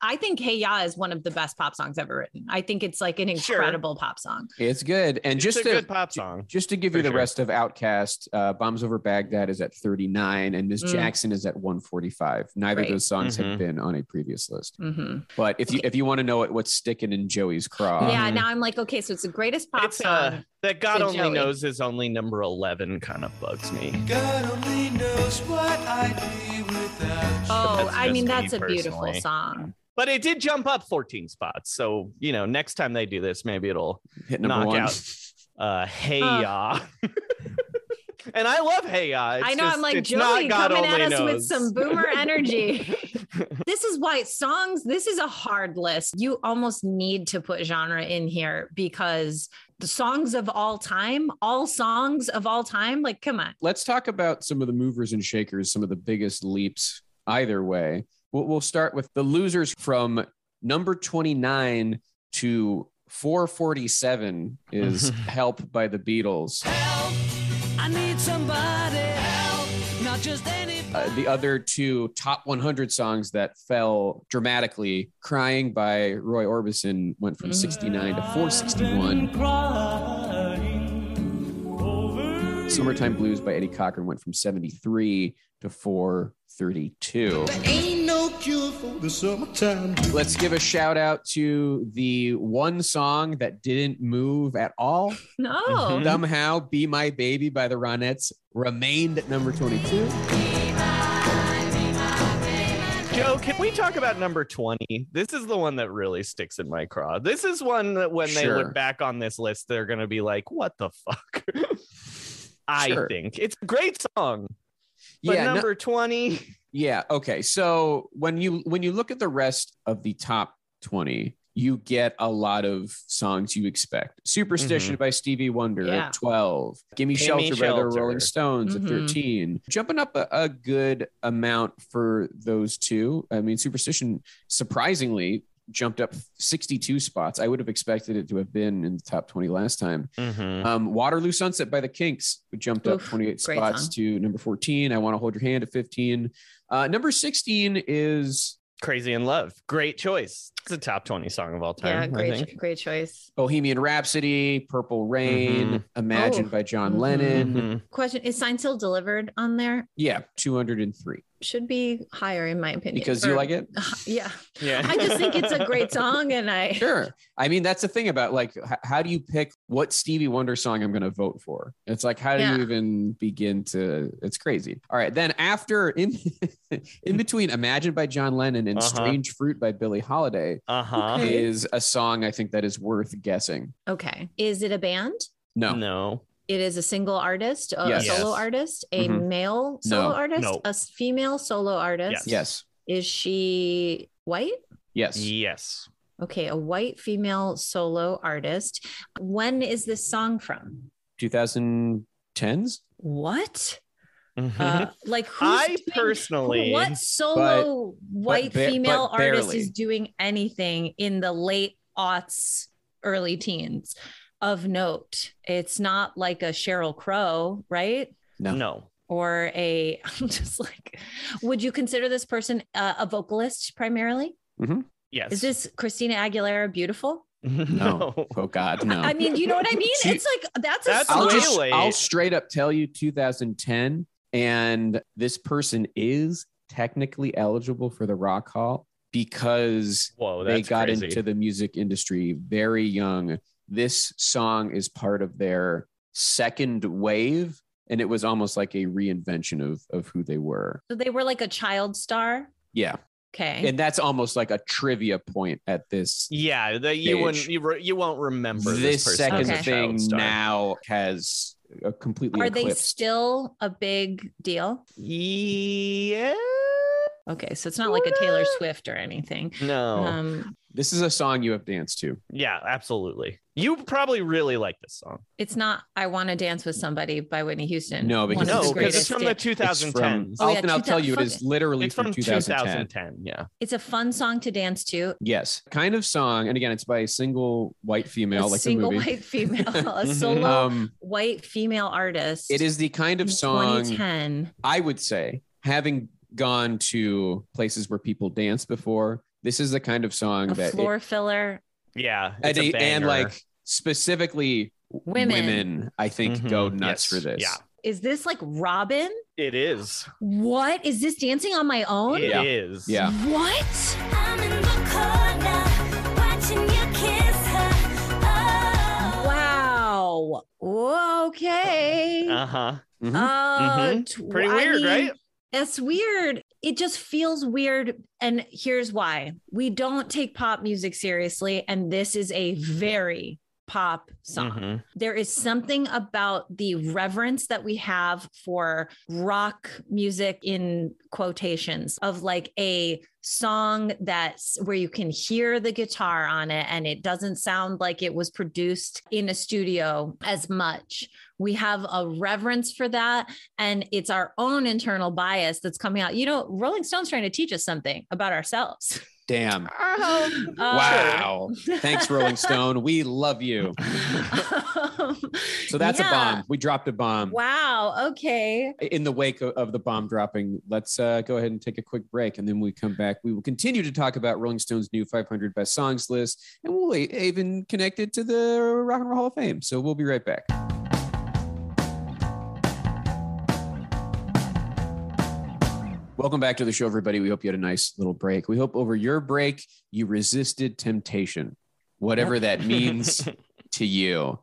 Speaker 2: I think Hey Ya is one of the best pop songs ever written. I think it's like an
Speaker 3: Sure.
Speaker 2: incredible pop song.
Speaker 1: It's good. And
Speaker 3: It's
Speaker 1: just
Speaker 3: a
Speaker 1: to,
Speaker 3: good pop song.
Speaker 1: Just to give
Speaker 3: For
Speaker 1: you the
Speaker 3: sure.
Speaker 1: rest of Outcast, uh, Bombs Over Baghdad is at 39 and Miss
Speaker 2: Mm.
Speaker 1: Jackson is at 145. Neither
Speaker 2: Great.
Speaker 1: of those songs
Speaker 3: Mhm.
Speaker 1: have been on a previous list.
Speaker 2: hmm
Speaker 1: But if you if you want to know what, what's sticking in Joey's craw,
Speaker 2: yeah.
Speaker 3: Mhm.
Speaker 2: Now I'm like, okay, so it's the greatest pop
Speaker 3: It's
Speaker 2: song.
Speaker 3: uh that God
Speaker 2: to
Speaker 3: only
Speaker 2: Joey.
Speaker 3: knows is only number 11 kind of bugs me.
Speaker 4: God only knows what I'd be without
Speaker 2: oh,
Speaker 3: that's
Speaker 2: I mean,
Speaker 3: just me
Speaker 2: that's a beautiful
Speaker 3: personally.
Speaker 2: song.
Speaker 3: But it did jump up 14 spots. So, you know, next time they do this, maybe it'll
Speaker 1: hit number one.
Speaker 3: Knockout. uh hey
Speaker 2: Huh.
Speaker 3: ya. and I love hey ya. It's
Speaker 2: I know.
Speaker 3: just-
Speaker 2: I'm like
Speaker 3: it's not
Speaker 2: Joey
Speaker 3: God
Speaker 2: coming at
Speaker 3: only
Speaker 2: us with
Speaker 3: knows.
Speaker 2: some boomer energy. this is why songs. This is a hard list. You almost need to put genre in here because the songs of all time, all songs of all time. Like, come on.
Speaker 1: Let's talk about some of the movers and shakers, some of the biggest leaps either way. We'll, we'll start with the losers from number 29 to 447 is Help by the Beatles.
Speaker 4: Help, I need somebody help, not just anybody.
Speaker 1: uh, the other two top 100 songs that fell dramatically crying by roy orbison went from 69 to 461 summertime blues by eddie cochran went from 73 to 432
Speaker 4: Ain't no cure for the summertime.
Speaker 1: let's give a shout out to the one song that didn't move at Mm-hmm. all
Speaker 2: No.
Speaker 3: Mhm.
Speaker 1: somehow be my baby by the ronettes remained at number 22
Speaker 3: Joe, can we talk about number 20? This is the one that really sticks in my craw. This is one that when they
Speaker 1: Sure.
Speaker 3: look back on this list, they're going to be like, what the fuck? I
Speaker 1: Sure.
Speaker 3: think it's a great song, but
Speaker 1: no-
Speaker 3: number 20.
Speaker 1: Yeah. Okay. So when you when you look at the rest of the top twenty, you get a lot of songs you expect. Superstition by Stevie Wonder
Speaker 2: Yeah.
Speaker 1: at twelve. Gimme
Speaker 3: Gimme
Speaker 1: Shelter, by the
Speaker 3: Shelter.
Speaker 1: Rolling Stones
Speaker 2: Mhm.
Speaker 1: at thirteen. Jumping up a, a good amount for those two. I mean, Superstition surprisingly jumped up 62 spots. I would have expected it to have been in the top 20 last time.
Speaker 3: Uh, Mm-hmm.
Speaker 1: Um, Waterloo Sunset by the Kinks jumped up
Speaker 2: Oof,
Speaker 1: 28
Speaker 2: great
Speaker 1: spots
Speaker 2: song.
Speaker 1: to number 14. I Want to Hold Your Hand at 15. Uh, number 16 is
Speaker 3: Crazy in Love. Great choice. It's a top 20 song of all time.
Speaker 2: Yeah,
Speaker 3: I
Speaker 2: great,
Speaker 3: think.
Speaker 2: cho- great choice.
Speaker 1: Bohemian Rhapsody, Purple Rain, Imagine
Speaker 2: Oh.
Speaker 1: by John
Speaker 2: Mhm.
Speaker 1: Lennon.
Speaker 3: Mhm.
Speaker 2: Question: Is "Sign Still Delivered" on there?
Speaker 1: Yeah, 203.
Speaker 2: Should be higher, in my opinion.
Speaker 1: Because you
Speaker 2: Or-
Speaker 1: like it?
Speaker 2: Yeah,
Speaker 3: Yeah.
Speaker 2: I just think it's a great song, and I
Speaker 1: Sure. I mean, that's the thing about like, h- how do you pick what Stevie Wonder song I'm going to vote for? It's like, how do
Speaker 2: Yeah.
Speaker 1: you even begin to? It's crazy. All right. Then after, in, in between Imagine by John Lennon and
Speaker 3: Uh-huh.
Speaker 1: Strange Fruit by Billie Holiday,
Speaker 3: Uh huh.
Speaker 2: Okay.
Speaker 1: is a song I think that is worth guessing.
Speaker 2: okay. Is it a band?
Speaker 1: No,
Speaker 3: No.
Speaker 2: It is a single artist, a
Speaker 1: Yes.
Speaker 2: solo
Speaker 3: Yes.
Speaker 2: artist, a
Speaker 1: Mhm.
Speaker 2: male solo
Speaker 1: No.
Speaker 2: artist,
Speaker 3: No.
Speaker 2: a s- female solo artist.
Speaker 1: yes,
Speaker 2: Is she white?
Speaker 1: yes.
Speaker 3: Yes.
Speaker 2: Okay, a white female solo artist. When is this song from?
Speaker 1: 2010s.
Speaker 2: What?
Speaker 3: Mhm.
Speaker 2: Uh, like who's
Speaker 3: I
Speaker 2: doing-
Speaker 3: personally.
Speaker 2: what solo white
Speaker 1: ba-
Speaker 2: female
Speaker 1: but
Speaker 2: artist is
Speaker 1: barely.
Speaker 2: doing anything in the late aughts, early teens? Of note, it's not like a Cheryl Crow, right?
Speaker 3: No.
Speaker 2: or a I'm just like would you consider this person uh, a vocalist primarily
Speaker 3: Yes.
Speaker 2: is this christina aguilera beautiful
Speaker 3: no?
Speaker 1: Oh God, no.
Speaker 2: i mean you know what i mean
Speaker 1: She-
Speaker 2: it's like that's a
Speaker 3: That's
Speaker 2: song.
Speaker 1: I'll
Speaker 3: way
Speaker 1: just
Speaker 3: late.
Speaker 1: I'll straight up tell you 2010, and this person is technically eligible for the Rock Hall because
Speaker 3: Whoa,
Speaker 1: they
Speaker 3: Oh, that's
Speaker 1: got
Speaker 3: crazy.
Speaker 1: into the music industry very young. This song is part of their second wave and it was almost like a reinvention of of who they were.
Speaker 2: So they were like a child star.
Speaker 1: Yeah,
Speaker 2: Okay.
Speaker 1: and that's almost like a trivia point at this.
Speaker 3: Yeah, the, you wouldn't
Speaker 1: Stage.
Speaker 3: you, re, you won't remember
Speaker 1: This,
Speaker 3: this, person
Speaker 1: second
Speaker 3: as a
Speaker 2: Okay.
Speaker 1: thing
Speaker 3: child star.
Speaker 1: now has a completely
Speaker 2: Are they
Speaker 1: eclipsed.
Speaker 2: still a big deal?
Speaker 3: Yeah.
Speaker 2: Okay, so it's not like a Taylor Swift or anything.
Speaker 1: Oh.
Speaker 3: No.
Speaker 2: Um,
Speaker 1: this is a song you have danced to.
Speaker 3: yeah, absolutely. You probably really like this song.
Speaker 2: it's not "I Want to Dance with Somebody" by Whitney Houston.
Speaker 1: No,
Speaker 2: One
Speaker 1: because-
Speaker 2: of the
Speaker 3: No, because it's
Speaker 2: greatest
Speaker 3: from
Speaker 2: hits.
Speaker 3: the
Speaker 1: It's from-
Speaker 3: 2010s.
Speaker 2: Oh,
Speaker 1: I'll,
Speaker 2: yeah,
Speaker 1: and I'll tell you, it
Speaker 2: 2000
Speaker 1: is literally
Speaker 3: it's from
Speaker 1: 2010.
Speaker 3: 2010. Yeah.
Speaker 2: It's a fun song to dance to.
Speaker 1: Yes, kind of song, and again, it's by a single white female,
Speaker 2: a
Speaker 1: like
Speaker 2: single
Speaker 1: the movie.
Speaker 2: white female, a
Speaker 3: Mhm.
Speaker 2: solo
Speaker 1: um,
Speaker 2: white female artist.
Speaker 1: it is the kind
Speaker 2: in
Speaker 1: of song
Speaker 2: 2010.
Speaker 1: I would say, having gone to places where people dance before, this is the kind of song
Speaker 2: A
Speaker 1: that it-
Speaker 2: floor filler.
Speaker 3: Yeah.
Speaker 1: and,
Speaker 3: it's a
Speaker 1: a- and
Speaker 3: banger.
Speaker 1: like specifically
Speaker 2: Women.
Speaker 1: women, I think go
Speaker 3: Mhm,
Speaker 1: nuts
Speaker 3: yes,
Speaker 1: for this.
Speaker 3: yeah.
Speaker 2: Is this like Robin?
Speaker 3: it is.
Speaker 2: What is this dancing on my own?
Speaker 3: It is.
Speaker 1: Yeah. Yeah.
Speaker 2: What?
Speaker 5: I'm in the corner watching you kiss her. Oh.
Speaker 2: Wow. Okay.
Speaker 3: Uh huh.
Speaker 1: Mhm.
Speaker 2: Uh,
Speaker 3: mhm.
Speaker 2: tw-
Speaker 3: Pretty
Speaker 2: I
Speaker 3: weird,
Speaker 2: mean,
Speaker 3: right?
Speaker 2: That's weird. It just feels weird. And here's why we don't take pop music seriously. And this is a very pop song.
Speaker 3: Mhm.
Speaker 2: There is something about the reverence that we have for rock music in quotations of like a song that's where you can hear the guitar on it and it doesn't sound like it was produced in a studio as much. We have a reverence for that. And it's our own internal bias that's coming out. You know, Rolling Stone's trying to teach us something about ourselves.
Speaker 1: Damn.
Speaker 2: Um,
Speaker 1: Wow. Thanks, Rolling Stone. We love you.
Speaker 2: Um,
Speaker 1: So that's
Speaker 2: yeah.
Speaker 1: a bomb. We dropped a bomb.
Speaker 2: Wow. Okay.
Speaker 1: in the wake of- of the bomb dropping, let's uh, go ahead and take a quick break. And then we come back. We will continue to talk about Rolling Stone's new 500 best songs list, and we'll e- even connect it to the Rock and Roll Hall of Fame. So we'll be right back. Welcome back to the show, everybody. We hope you had a nice little break. We hope over your break, you resisted temptation, whatever that means to you.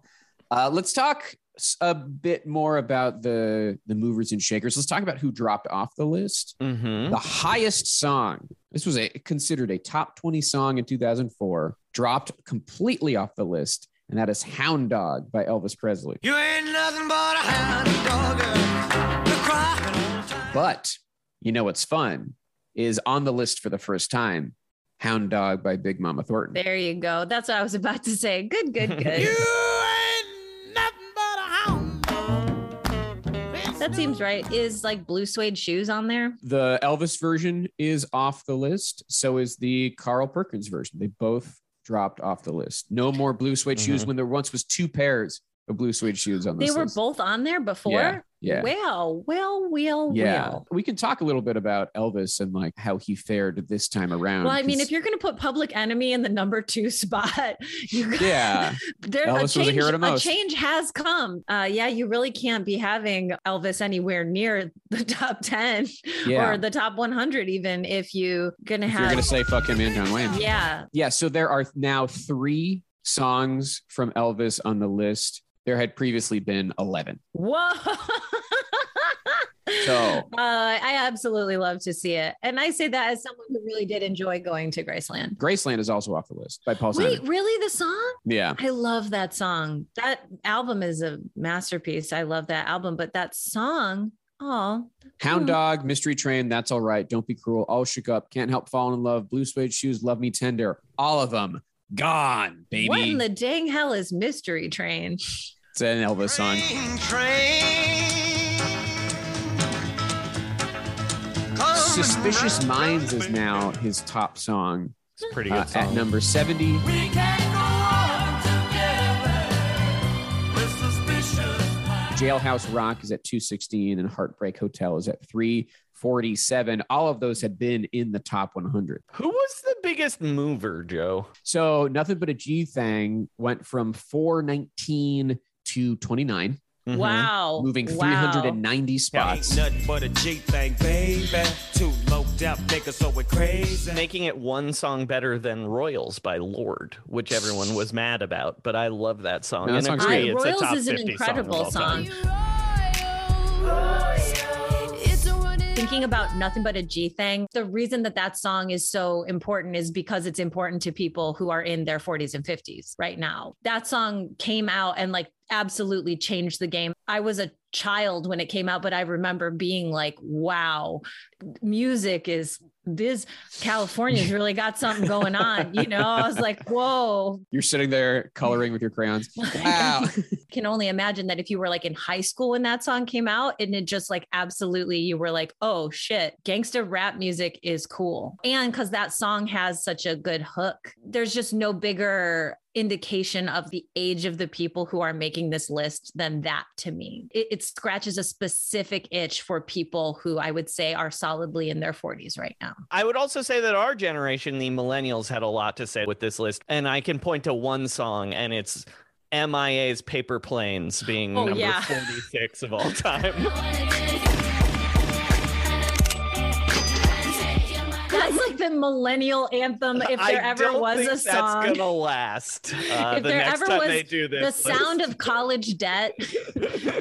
Speaker 1: Uh, let's talk s- a bit more about the the movers and shakers. Let's talk about who dropped off the list.
Speaker 2: Hmm?
Speaker 3: Mhm.
Speaker 1: The highest song. This was a considered a top 20 song in 2004, dropped completely off the list, and that is Hound Dog by Elvis Presley.
Speaker 4: You ain't nothing but a hound dog. girl. You're crying all the time.
Speaker 1: But you know what's fun is on the list for the first time, Hound Dog by Big Mama Thornton.
Speaker 2: There you go. That's what I was about to say. Good, good,
Speaker 4: You
Speaker 2: good.
Speaker 4: ain't nothing but a hound dog.
Speaker 2: that seems right. Is like blue suede shoes on there?
Speaker 1: The Elvis version is off the list. So is the Carl Perkins version. They both dropped off the list. No more blue suede shoes when there once was two pairs of blue suede shoes on
Speaker 2: Mm-hmm. They
Speaker 1: this
Speaker 2: were
Speaker 1: list.
Speaker 2: both on there before.
Speaker 1: Yeah.
Speaker 2: Well, well, well,
Speaker 1: yeah.
Speaker 2: well.
Speaker 1: We can talk a little bit about Elvis and like how he fared this time around.
Speaker 2: Well, I
Speaker 1: Um,
Speaker 2: mean,
Speaker 1: 'cause-
Speaker 2: if you're going to put Public Enemy in the number two spot, you
Speaker 1: yeah,
Speaker 2: there
Speaker 1: Elvis
Speaker 2: a
Speaker 1: was a
Speaker 2: change.
Speaker 1: hero to most.
Speaker 2: change has come. Uh, yeah, you really can't be having Elvis anywhere near the top ten
Speaker 1: Yeah.
Speaker 2: or the top 100, even if you're gonna
Speaker 1: if
Speaker 2: have.
Speaker 1: you're gonna say fuck him and John Wayne.
Speaker 2: yeah,
Speaker 1: Yeah, so there are now three songs from Elvis on the list. There had previously been 11.
Speaker 2: Whoa.
Speaker 1: So-
Speaker 2: Uh, I absolutely love to see it. And I say that as someone who really did enjoy going to Graceland.
Speaker 1: Graceland is also off the list by Paul
Speaker 2: Wait,
Speaker 1: Simon.
Speaker 2: really? The song?
Speaker 1: Yeah.
Speaker 2: I love that song. That album is a masterpiece. I love that album, but that song, oh,
Speaker 1: Hound
Speaker 2: Hmm.
Speaker 1: Dog, Mystery Train, That's All Right, Don't Be Cruel, All Shook Up, Can't Help Falling in Love, Blue Suede Shoes, Love Me Tender, all of them gone, baby.
Speaker 2: what in the dang hell is Mystery Train?
Speaker 1: it's an Elvis song.
Speaker 4: Train, train. Come
Speaker 1: Suspicious
Speaker 4: round,
Speaker 1: Minds is
Speaker 4: baby.
Speaker 1: now his top song
Speaker 3: It's a pretty
Speaker 1: uh,
Speaker 3: good
Speaker 1: at
Speaker 3: song.
Speaker 1: number 70.
Speaker 4: We can go on together with suspicious minds.
Speaker 1: Jailhouse Rock is at 216 and Heartbreak Hotel is at 347. All of those had been in the top 100.
Speaker 3: Who was the biggest mover, Joe?
Speaker 1: So Nothing But a G Thing went from 419 to 29,
Speaker 3: Mhm.
Speaker 2: Wow.
Speaker 1: Mm-hmm. moving
Speaker 2: wow.
Speaker 1: 390 spots.
Speaker 4: Nothing but a G thing, baby. Too low down, nigga, so we're crazy.
Speaker 3: Making it one song better than Royals by Lord, which everyone was mad about, but I love that song.
Speaker 1: No, that
Speaker 3: and
Speaker 1: song's
Speaker 3: agree,
Speaker 2: I-
Speaker 3: it's a
Speaker 2: Royals
Speaker 3: top
Speaker 2: is an
Speaker 3: 50
Speaker 2: incredible
Speaker 3: song. of all time.
Speaker 2: song.
Speaker 5: You royal It's a running
Speaker 2: thinking about nothing but a G thing. The reason that that song is so important is because it's important to people who are in their 40s and 50s right now. That song came out and like absolutely changed the game. I was a child when it came out, but I remember being like, wow, music is this California's really got something going on. You know, I was like, whoa,
Speaker 1: You're sitting there coloring with your crayons. Wow.
Speaker 2: can only imagine that if you were like in high school when that song came out and it just like absolutely you were like oh shit gangsta rap music is cool and because that song has such a good hook there's just no bigger indication of the age of the people who are making this list than that to me it, it scratches a specific itch for people who i would say are solidly in their 40s right now
Speaker 3: I would also say that our generation, the millennials, had a lot to say with this list. And I can point to one song, and it's MIA's Paper Planes being
Speaker 2: Oh,
Speaker 3: number
Speaker 2: yeah.
Speaker 3: 46 of all time.
Speaker 2: that's like the millennial anthem Um, if there
Speaker 3: I
Speaker 2: ever
Speaker 3: don't
Speaker 2: was
Speaker 3: think
Speaker 2: a song
Speaker 3: That's going to last. Uh,
Speaker 2: If
Speaker 3: the
Speaker 2: there
Speaker 3: next
Speaker 2: ever
Speaker 3: time
Speaker 2: was
Speaker 3: they do this.
Speaker 2: the
Speaker 3: list.
Speaker 2: sound of college debt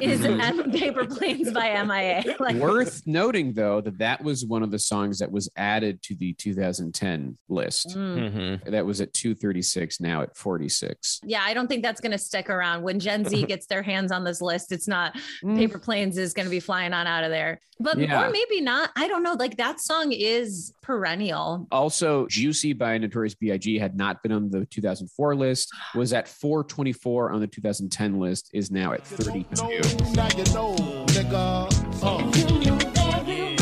Speaker 2: is M- paper planes by MIA. Like
Speaker 1: Worth noting, though, that that was one of the songs that was added to the 2010 list.
Speaker 2: Mm.
Speaker 3: Mhm.
Speaker 1: That was at 236, now at 46.
Speaker 2: Yeah, I don't think that's going to stick around. When Gen Z gets their hands on this list, it's not paper planes is going to be flying on out of there. But
Speaker 1: Yeah.
Speaker 2: or maybe not. I don't know. Like that song is perennial.
Speaker 1: Also, Juicy by Notorious B.I.G. had not been on the 2004 list, was at 424 on the 2010 list, is now at 32.
Speaker 6: Now you know, nigga. Uh.
Speaker 5: very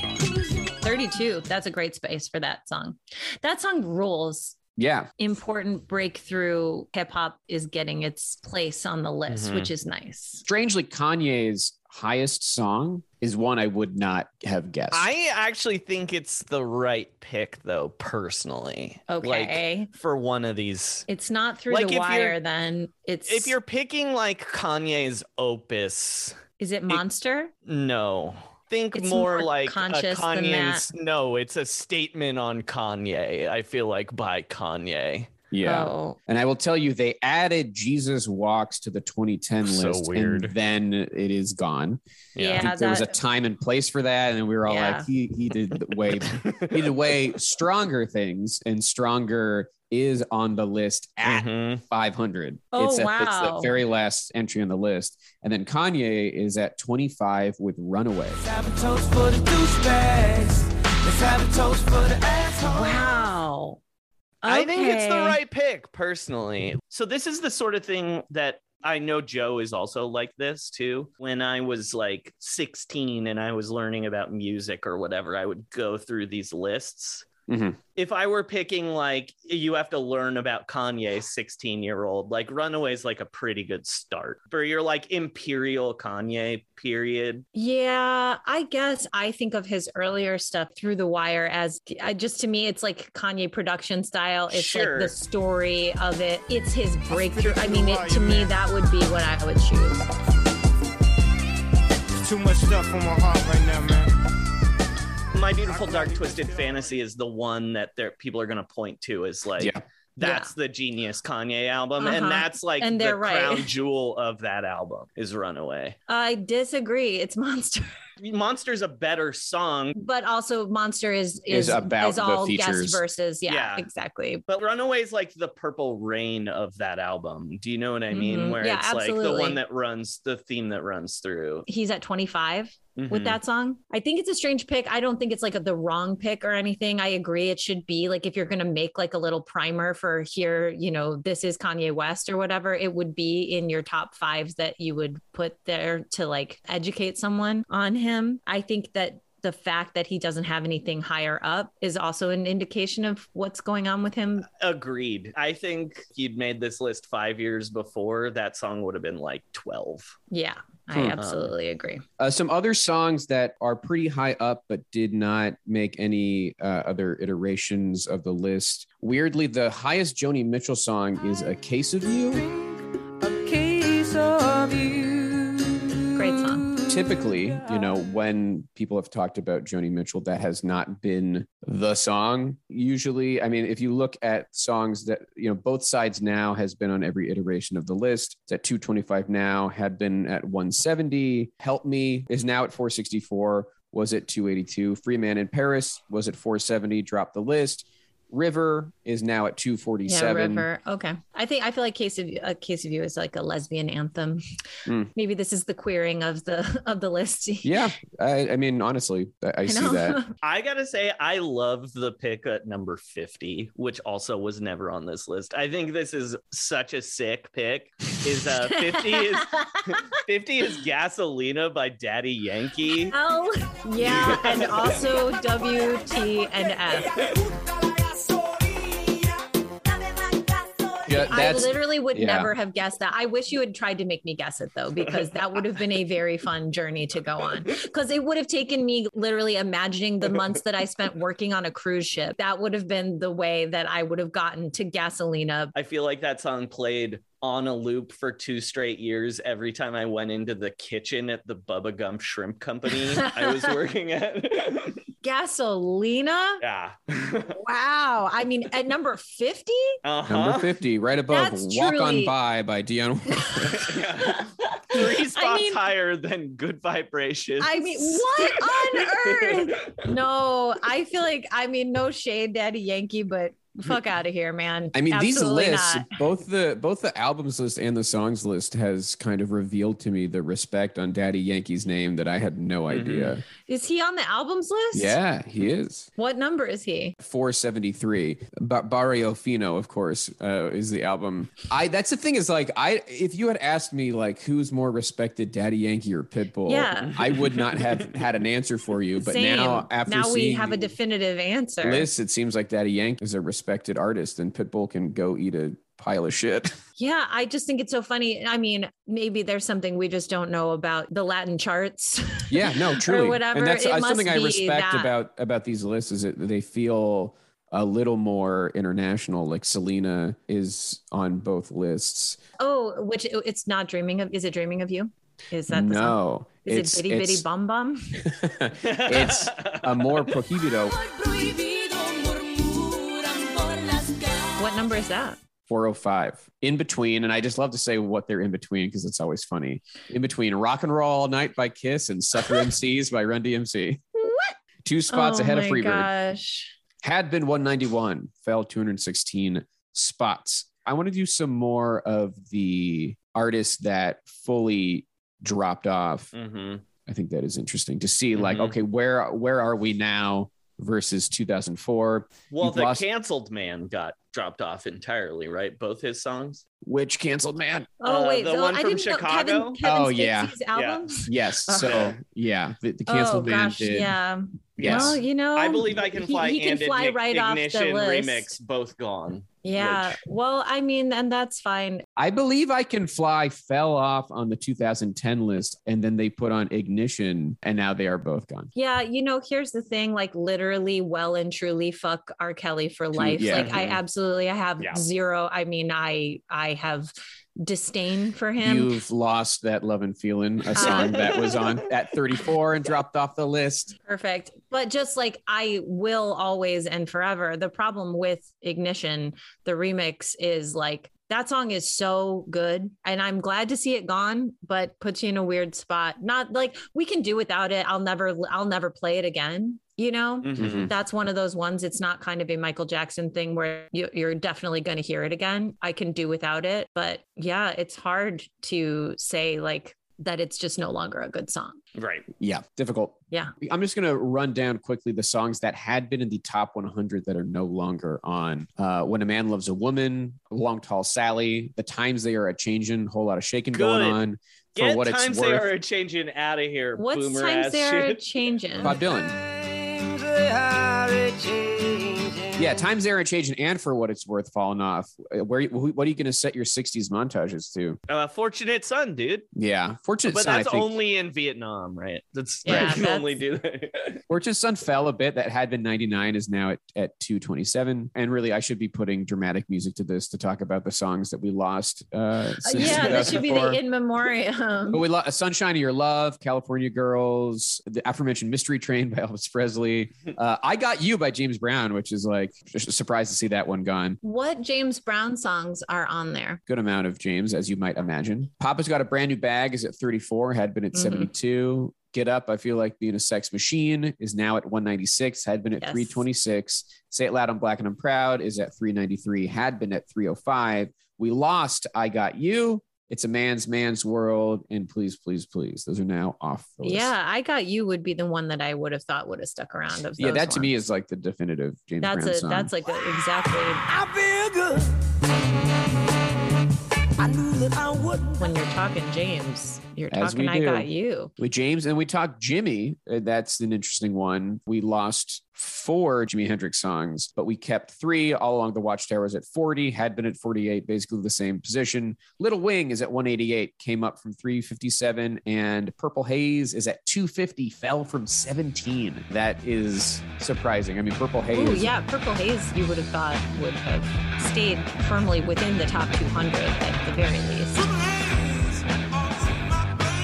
Speaker 5: well.
Speaker 2: 32. That's a great space for that song. That song rules.
Speaker 1: Yeah.
Speaker 2: Important breakthrough hip hop is getting its place on the list,
Speaker 3: Mhm.
Speaker 2: which is nice.
Speaker 1: Strangely, Kanye's highest song is one I would not have guessed.
Speaker 3: I actually think it's the right pick, though, personally. Like,
Speaker 2: Okay.
Speaker 3: for one of these
Speaker 2: It's not through
Speaker 3: Like, if
Speaker 2: the
Speaker 3: you're-
Speaker 2: wire, then it's
Speaker 3: if you're picking like Kanye's opus,
Speaker 2: is it monster?
Speaker 3: no. Think
Speaker 2: It's
Speaker 3: more,
Speaker 2: more
Speaker 3: like a
Speaker 2: conscious than that.
Speaker 3: Kanye's. No, it's a statement on Kanye. I feel like by Kanye.
Speaker 1: yeah.
Speaker 2: Oh.
Speaker 1: And I will tell you, they added Jesus Walks to the 2010
Speaker 3: So
Speaker 1: list.
Speaker 3: weird.
Speaker 1: And then it is gone. I
Speaker 2: Yeah.
Speaker 1: think there was a
Speaker 2: that-
Speaker 1: time and place for that, and we were all
Speaker 2: Yeah.
Speaker 1: like, he he did way he did way stronger things, and stronger is on the list at
Speaker 3: Mhm.
Speaker 1: 500.
Speaker 2: Oh,
Speaker 1: it's, at, it's the
Speaker 2: wow.
Speaker 1: very last entry on the list, and then Kanye is at 25 with Runaway.
Speaker 4: Have a toast for the douchebags. Let's have a toast for the asshole.
Speaker 2: Wow.
Speaker 3: I think it's the
Speaker 2: Okay.
Speaker 3: right pick, personally. So this is the sort of thing that I know Joe is also like this too. When I was like 16 and I was learning about music or whatever, I would go through these lists.
Speaker 1: Mhm.
Speaker 3: If I were picking like you have to learn about Kanye 16 year old, like Runaway's like a pretty good start for your like imperial Kanye period.
Speaker 2: Yeah, I guess I think of his earlier stuff through the wire as I just to me it's like Kanye production style. It's like
Speaker 3: Sure.
Speaker 2: the story of it. It's his breakthrough. I mean, it, to me that would be what I would choose.
Speaker 7: Too much stuff on my heart right now, man.
Speaker 3: My beautiful dark twisted fantasy is the one that there people are gonna point to as like
Speaker 1: Yeah.
Speaker 3: that's the genius Kanye album,
Speaker 2: Uh-huh.
Speaker 3: and that's like
Speaker 2: And
Speaker 3: the
Speaker 2: they're right.
Speaker 3: crown jewel of that album is Runaway.
Speaker 2: I disagree. It's Monster,
Speaker 3: Monster's a better song,
Speaker 2: but also Monster is
Speaker 1: Is
Speaker 2: is
Speaker 1: about
Speaker 2: is
Speaker 1: the
Speaker 2: all
Speaker 1: features.
Speaker 2: guest verses. Yeah,
Speaker 3: Yeah.
Speaker 2: exactly.
Speaker 3: but Runaway's like the purple rain of that album. Do you know what I mean?
Speaker 2: Mhm.
Speaker 3: Where
Speaker 2: Yeah,
Speaker 3: it's like the
Speaker 2: absolutely.
Speaker 3: one that runs the theme that runs through.
Speaker 2: He's at 25. with
Speaker 3: Mhm.
Speaker 2: that song. I think it's a strange pick. I don't think it's like the wrong pick or anything. I agree. It should be like if you're going to make like a little primer for here, you know, this is Kanye West or whatever, it would be in your top fives that you would put there to like educate someone on him. I think that the fact that he doesn't have anything higher up is also an indication of what's going on with him.
Speaker 3: Agreed. I think you'd made this list five years before that song would have been like twelve.
Speaker 2: Yeah, I
Speaker 1: Hmm.
Speaker 2: absolutely agree.
Speaker 1: Uh, some other songs that are pretty high up but did not make any uh, other iterations of the list. Weirdly, the highest Joni Mitchell song is "A Case of You."
Speaker 4: A case of you.
Speaker 2: Great song.
Speaker 1: typically, you know, when people have talked about Joni Mitchell, that has not been the song. Usually, I mean, if you look at songs that, you know, both sides now has been on every iteration of the list. It's at 225 now, had been at 170. Help Me is now at 464, was at 282. Free Man in Paris was at 470, dropped the list. River is now at 247.
Speaker 2: Yeah, River. Okay. I think I feel like Case of You- uh, Case of You is like a lesbian anthem.
Speaker 1: Mm.
Speaker 2: Maybe this is the queering of the of the list.
Speaker 1: Yeah, I, I mean, honestly, I, I see that.
Speaker 3: I gotta say, I love the pick at number 50, which also was never on this list. I think this is such a sick pick. Is uh 50 is 50 is Gasolina by Daddy Yankee.
Speaker 2: L, yeah, and also W, T, and F.
Speaker 1: Yeah,
Speaker 2: I
Speaker 1: that's
Speaker 2: literally would
Speaker 1: yeah.
Speaker 2: never have guessed that. I wish you had tried to make me guess it though, because that would have been a very fun journey to go on. Because it would have taken me literally imagining the months that I spent working on a cruise ship. That would have been the way that I would have gotten to Gasolina.
Speaker 3: I feel like that song played on a loop for two straight years every time I went into the kitchen at the Bubba Gump Shrimp Company I was working at.
Speaker 2: Gasolina?
Speaker 3: yeah.
Speaker 2: Wow. I mean, at number 50?
Speaker 3: Uh-huh.
Speaker 1: number 50, right above
Speaker 2: That's
Speaker 1: Walk
Speaker 2: truly-
Speaker 1: On By by Dion.
Speaker 3: Yeah. Three spots
Speaker 2: mean-
Speaker 3: higher than Good Vibrations.
Speaker 2: I mean, what on earth? No, I feel like, I mean, no shade, Daddy Yankee, but fuck out of here, man.
Speaker 1: Mm. I mean,
Speaker 2: Absolutely
Speaker 1: these lists,
Speaker 2: not.
Speaker 1: both the both the albums list and the songs list has kind of revealed to me the respect on Daddy Yankee's name that I had no
Speaker 2: Mm-hmm.
Speaker 1: idea.
Speaker 2: Is he on the albums list?
Speaker 1: Yeah, he is.
Speaker 2: What number is he?
Speaker 1: 473 ba- barrio fino of course uh, is the album i that's the thing is like i if you had asked me like who's more respected daddy yankee or pitbull
Speaker 2: Yeah.
Speaker 1: i would not have had an answer for you but
Speaker 2: Same.
Speaker 1: now after
Speaker 2: now we
Speaker 1: seeing
Speaker 2: have a definitive answer.
Speaker 1: list it seems like daddy yankee is a respected artist and pitbull can go eat a pile of shit
Speaker 2: Yeah, I just think it's so funny. I mean, maybe there's something we just don't know about the Latin charts.
Speaker 1: yeah no truly
Speaker 2: whatever,
Speaker 1: and that's
Speaker 2: it
Speaker 1: uh,
Speaker 2: must
Speaker 1: something i
Speaker 2: be
Speaker 1: respect
Speaker 2: that.
Speaker 1: about about these lists is that they feel a little more international like selena is on both lists
Speaker 2: oh, which it's not dreaming of. Is it dreaming of you? Is that the song?
Speaker 1: no
Speaker 2: Is
Speaker 1: it's,
Speaker 2: it bitty bitty
Speaker 1: it's-
Speaker 2: bum bum?
Speaker 1: it's a more prohibido
Speaker 2: What number is that?
Speaker 1: 405 in between and i just love to say what they're in between because it's always funny in between rock and roll all night by kiss and sucker mcs by run dmc
Speaker 2: What?
Speaker 1: two spots
Speaker 2: oh
Speaker 1: ahead
Speaker 2: my
Speaker 1: of freebird
Speaker 2: gosh.
Speaker 1: had been 191 fell 216 spots i want to do some more of the artists that fully dropped off
Speaker 2: Mm.
Speaker 3: Mhm.
Speaker 1: I think that is interesting to see like
Speaker 2: Mm-hmm.
Speaker 3: Mhm.
Speaker 1: okay where where are we now versus 2004
Speaker 3: Well,
Speaker 1: You've
Speaker 3: the
Speaker 1: lost-
Speaker 3: canceled man got dropped off entirely, right? Both his songs.
Speaker 1: which canceled man
Speaker 2: Oh
Speaker 3: Uh,
Speaker 2: wait,
Speaker 3: the
Speaker 2: so
Speaker 3: one
Speaker 2: I
Speaker 3: from
Speaker 2: didn't know
Speaker 3: Chicago?
Speaker 2: Kevin, Kevin
Speaker 1: Oh, yeah.
Speaker 2: Spacey's albums.
Speaker 1: yes so
Speaker 3: Okay.
Speaker 1: yeah the, the
Speaker 2: Oh
Speaker 1: canceled man
Speaker 2: gosh,
Speaker 1: did
Speaker 2: yeah.
Speaker 1: yes
Speaker 2: Well, you know,
Speaker 3: I believe I can
Speaker 2: he-
Speaker 3: fly.
Speaker 2: He, can
Speaker 3: and
Speaker 2: fly
Speaker 3: Igni-
Speaker 2: right off the
Speaker 3: Ignition
Speaker 2: list.
Speaker 3: remix, both gone.
Speaker 2: Yeah.
Speaker 3: which-
Speaker 2: Well, I mean, and that's fine.
Speaker 1: I believe I Can Fly fell off on the 2010 list and then they put on Ignition and now they are both gone
Speaker 2: Yeah. You know, here's the thing like, literally, well and truly, fuck R. Kelly for life.
Speaker 1: yeah.
Speaker 2: Like, I absolutely I have
Speaker 3: Yeah.
Speaker 2: zero. I mean, I, I have disdain for him.
Speaker 1: You've lost that love and feeling a song that was on at 34 and dropped off the list
Speaker 2: Perfect. But just like I will always and forever, the problem with Ignition, the remix is like that song is so good. And I'm glad to see it gone, but puts you in a weird spot. Not like we can do without it. I'll never, I'll never play it again. You know,
Speaker 3: Mhm.
Speaker 2: that's one of those ones. It's not kind of a Michael Jackson thing where you, you're definitely going to hear it again. I can do without it. But yeah, it's hard to say like that it's just no longer a good song.
Speaker 3: Right.
Speaker 1: yeah difficult
Speaker 2: Yeah.
Speaker 1: I'm just going to run down quickly the songs that had been in the top 100 that are no longer on. Uh, when a Man Loves a Woman, Long Tall Sally, The Times They Are a Changin', Whole Lot of Shaking Going
Speaker 3: Good.
Speaker 1: On, For
Speaker 3: Get
Speaker 1: What It's
Speaker 3: times they
Speaker 1: Worth.
Speaker 3: are a changing out of here.
Speaker 2: What's
Speaker 3: boomer
Speaker 2: times
Speaker 3: ass
Speaker 2: they're
Speaker 3: shit.
Speaker 2: changing?
Speaker 1: Bob Dylan. Yeah, times, era, change, and- and for what it's worth, falling off. Uh, Where wh- what are you going to set your '60s montages to?
Speaker 3: Uh, Fortunate Son, dude.
Speaker 1: Yeah, Fortunate
Speaker 3: But
Speaker 1: Son.
Speaker 3: that's
Speaker 1: I think
Speaker 3: only in Vietnam, right? That's
Speaker 2: Yeah,
Speaker 3: you can
Speaker 2: that's-
Speaker 3: only do that.
Speaker 1: Fortunate Son fell a bit. That had been 99 is now at at 227. And really, I should be putting dramatic music to this to talk about the songs that we lost. Uh, since
Speaker 2: yeah, that should be the
Speaker 1: 2004.
Speaker 2: in memoriam.
Speaker 1: But we lost Sunshine of Your Love, California Girls, the aforementioned Mystery Train by Elvis Presley. Uh, I Got You by James Brown, which is like just surprised to see that one gone.
Speaker 2: What James Brown songs are on there?
Speaker 1: Good amount of James, as you might imagine. Papa's Got a Brand New Bag is at 34, had been at
Speaker 2: Mhm.
Speaker 1: 72. Get Up, I Feel Like Being a Sex Machine is now at 196, had been at
Speaker 2: Yes.
Speaker 1: 326. Say It Loud, I'm Black and I'm Proud is at 393, had been at 305. We lost I Got You. It's a man's man's world. And please, please, please. Those are now off the list.
Speaker 2: Yeah, I got you would be the one that I would have thought would have stuck around. Of
Speaker 1: yeah,
Speaker 2: those
Speaker 1: that to me
Speaker 2: ones.
Speaker 1: is like the definitive James
Speaker 2: that's
Speaker 1: Brown
Speaker 2: a
Speaker 1: song.
Speaker 2: that's like a, exactly
Speaker 4: I feel good. I knew that I would.
Speaker 2: when you're talking James, you're
Speaker 1: As we
Speaker 2: talking
Speaker 1: do.
Speaker 2: I got you.
Speaker 1: with James and we talked Jimmy. Uh, That's an interesting one. We lost four Jimi Hendrix songs, but we kept three all along the Watchtowers at 40, had been at 48, basically the same position. Little Wing is at 188, came up from 357, and Purple Haze is at 250, fell from 17. That is surprising. I mean, Purple Haze.
Speaker 2: Ooh, yeah, Purple Haze, you would have thought would have stayed firmly within the top 200 at the very least.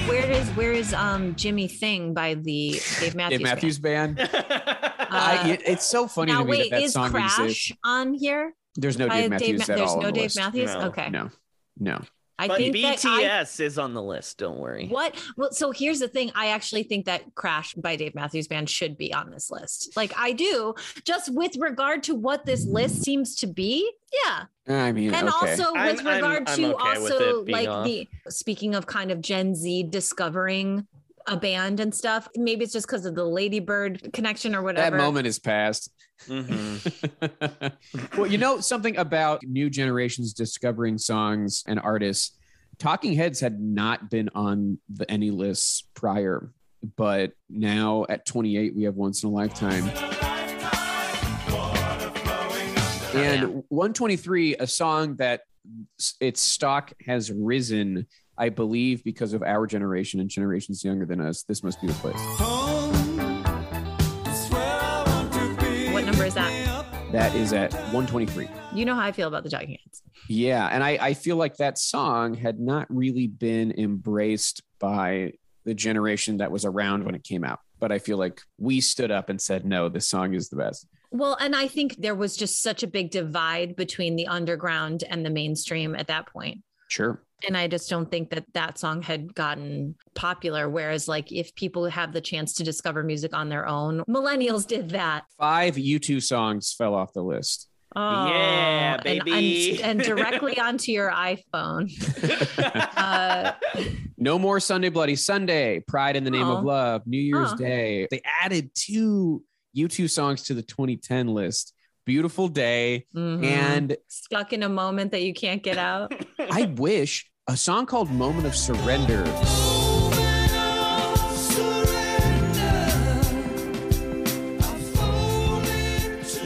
Speaker 2: Where is where is um Jimmy Thing by the Dave Matthews?
Speaker 1: Dave Matthews Band.
Speaker 2: Band?
Speaker 1: I-
Speaker 2: Uh,
Speaker 1: it- it's so funny
Speaker 2: now
Speaker 1: to me
Speaker 2: wait,
Speaker 1: that that
Speaker 2: is
Speaker 1: song
Speaker 2: Crash
Speaker 1: exists.
Speaker 2: on here?
Speaker 1: There's no
Speaker 2: By
Speaker 1: Dave
Speaker 2: Dave
Speaker 1: Matthews
Speaker 2: Ma-
Speaker 1: at
Speaker 2: there's
Speaker 1: all. on
Speaker 2: no
Speaker 1: the
Speaker 2: Dave
Speaker 1: list.
Speaker 2: Matthews.
Speaker 3: No.
Speaker 2: Okay,
Speaker 1: No, no.
Speaker 2: I
Speaker 3: but
Speaker 2: think
Speaker 3: BTS
Speaker 2: that I
Speaker 3: is on the list. Don't worry.
Speaker 2: What? Well, so here's the thing. I actually think that Crash by Dave Matthews Band should be on this list. Like I do, just with regard to what this list seems to be. Yeah.
Speaker 1: I mean,
Speaker 2: And
Speaker 1: okay.
Speaker 2: also
Speaker 3: I'm-
Speaker 2: with
Speaker 3: I'm-
Speaker 2: regard
Speaker 3: I'm
Speaker 2: to
Speaker 3: okay with
Speaker 2: also
Speaker 3: it being
Speaker 2: like
Speaker 3: off.
Speaker 2: the speaking of kind of Gen Z discovering a band and stuff. Maybe it's just because of the Ladybird connection or whatever.
Speaker 1: That moment is past.
Speaker 3: Mhm.
Speaker 1: well, you know something about new generations discovering songs and artists. Talking Heads had not been on the, any lists prior, but now at 28 we have Once in a Lifetime. And 123, a song that s- its stock has risen, I believe, because of our generation and generations younger than us. This must be the place.
Speaker 2: what number is that?
Speaker 1: That is at 123.
Speaker 2: You know how I feel about the Talking Heads.
Speaker 1: Yeah, and I, I feel like that song had not really been embraced by the generation that was around when it came out. But I feel like we stood up and said, no, this song is the best.
Speaker 2: Well, and I think there was just such a big divide between the underground and the mainstream at that point.
Speaker 1: Sure.
Speaker 2: and i just don't think that that song had gotten popular whereas like if people have the chance to discover music on their own millennials did that
Speaker 1: Five U2 songs fell off the list.
Speaker 3: Yeah,
Speaker 2: Oh, and- and-
Speaker 3: baby.
Speaker 2: and, directly onto your iphone uh,
Speaker 1: No More Sunday Bloody Sunday, Pride in the Name of
Speaker 2: Oh.
Speaker 1: Love, New Year's
Speaker 2: Huh.
Speaker 1: Day. They added two U2 songs to the 2010 list Beautiful Day
Speaker 2: mhm.
Speaker 1: and
Speaker 2: stuck in a moment that you can't get out
Speaker 1: I wish a song called Moment of Surrender.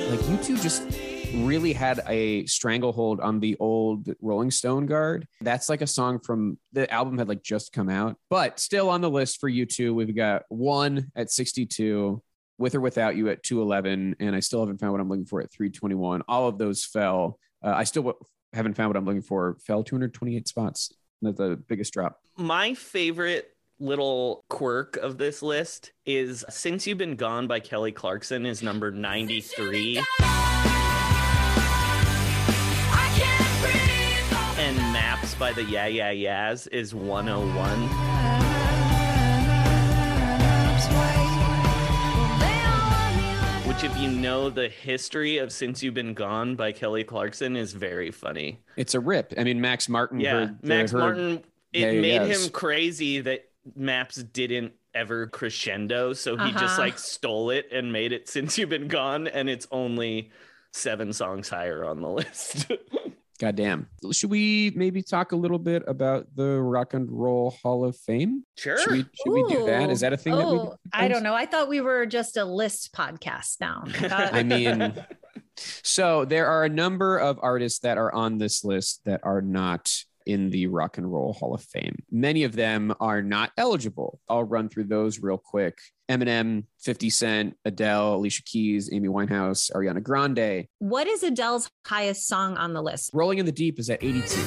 Speaker 1: Like you two just really had a stranglehold on the old Rolling Stone guard. That's like a song from the album had like just come out, but still on the list for you two. We've got one at 62, with or without you at 211, and I still haven't found what I'm looking for at 321. All of those fell. Uh, I still w- haven't found what I'm looking for. Fell 228 spots. That's the biggest drop.
Speaker 3: My favorite little quirk of this list is Since You've Been Gone by Kelly Clarkson is number 93 and Maps by the Yeah Yeah Yeahs is 101. Which, if you know the history of Since You've Been Gone by Kelly Clarkson, is very funny.
Speaker 1: It's a rip. I mean, Max Martin. Mm-hmm. heard-
Speaker 3: Yeah,
Speaker 1: uh,
Speaker 3: Max
Speaker 1: heard-
Speaker 3: Martin. It
Speaker 1: Yeah, yeah,
Speaker 3: made
Speaker 1: yes.
Speaker 3: him crazy that Maps didn't ever crescendo, so he just
Speaker 2: Uh-huh.
Speaker 3: like stole it and made it since you've been gone, and it's only seven songs higher on the list.
Speaker 1: Goddamn. Should we maybe talk a little bit about the Rock and Roll Hall of Fame?
Speaker 3: sure.
Speaker 1: Should we should we do that? Is
Speaker 2: Ooh.
Speaker 1: that a thing that we?
Speaker 2: oh i don't know i thought we were just a list podcast now
Speaker 1: I mean, So there are a number of artists that are on this list that are not in the Rock and Roll Hall of Fame. Many of them are not eligible. I'll run through those real quick. Eminem, 50 Cent, Adele, Alicia Keys, Amy Winehouse, Ariana Grande.
Speaker 2: What is Adele's highest song on the list?
Speaker 1: Rolling in the Deep is at 82.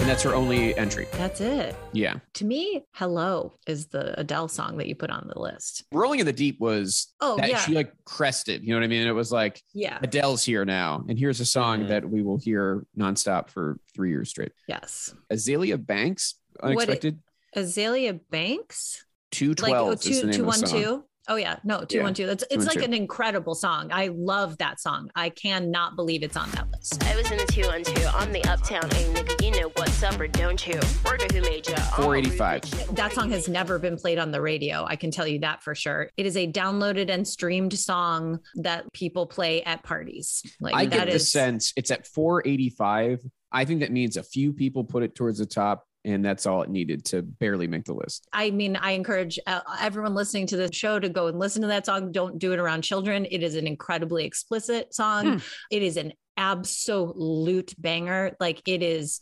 Speaker 1: And that's her only entry.
Speaker 2: That's it.
Speaker 1: Yeah.
Speaker 2: To me, Hello is the Adele song that you put on the list.
Speaker 1: Rolling in the Deep was
Speaker 2: Oh,
Speaker 1: that
Speaker 2: yeah.
Speaker 1: she like crested. You know what I mean? It was like
Speaker 2: Yeah.
Speaker 1: Adele's here now. And here's a song
Speaker 3: Mhm.
Speaker 1: that we will hear nonstop for three years straight.
Speaker 2: Yes.
Speaker 1: Azalea Banks,
Speaker 2: it-
Speaker 1: unexpected.
Speaker 2: Azalea Banks?
Speaker 1: 212
Speaker 2: oh,
Speaker 1: is the
Speaker 2: two,
Speaker 1: name
Speaker 2: two,
Speaker 1: of
Speaker 2: one,
Speaker 1: the song.
Speaker 2: two. Oh yeah, no, two,
Speaker 1: Yeah.
Speaker 2: one, two. That's it's like
Speaker 1: 212.
Speaker 2: an incredible song. I love that song. I cannot believe it's on that list.
Speaker 8: I was in the 212 on the Uptown Ain't nigga, you know what's up or don't you? Word to who made ya.
Speaker 1: 485.
Speaker 2: That song has never been played on the radio. I can tell you that for sure. It is a downloaded and streamed song that people play at parties. Like
Speaker 1: I
Speaker 2: that
Speaker 1: get the
Speaker 2: is
Speaker 1: sense it's at 485. I think that means a few people put it towards the top, and that's all it needed to barely make the list.
Speaker 2: I mean, I encourage uh, everyone listening to the show to go and listen to that song. Don't do it around children. It is an incredibly explicit
Speaker 1: Hmm.
Speaker 2: song. It is an absolute banger. Like it is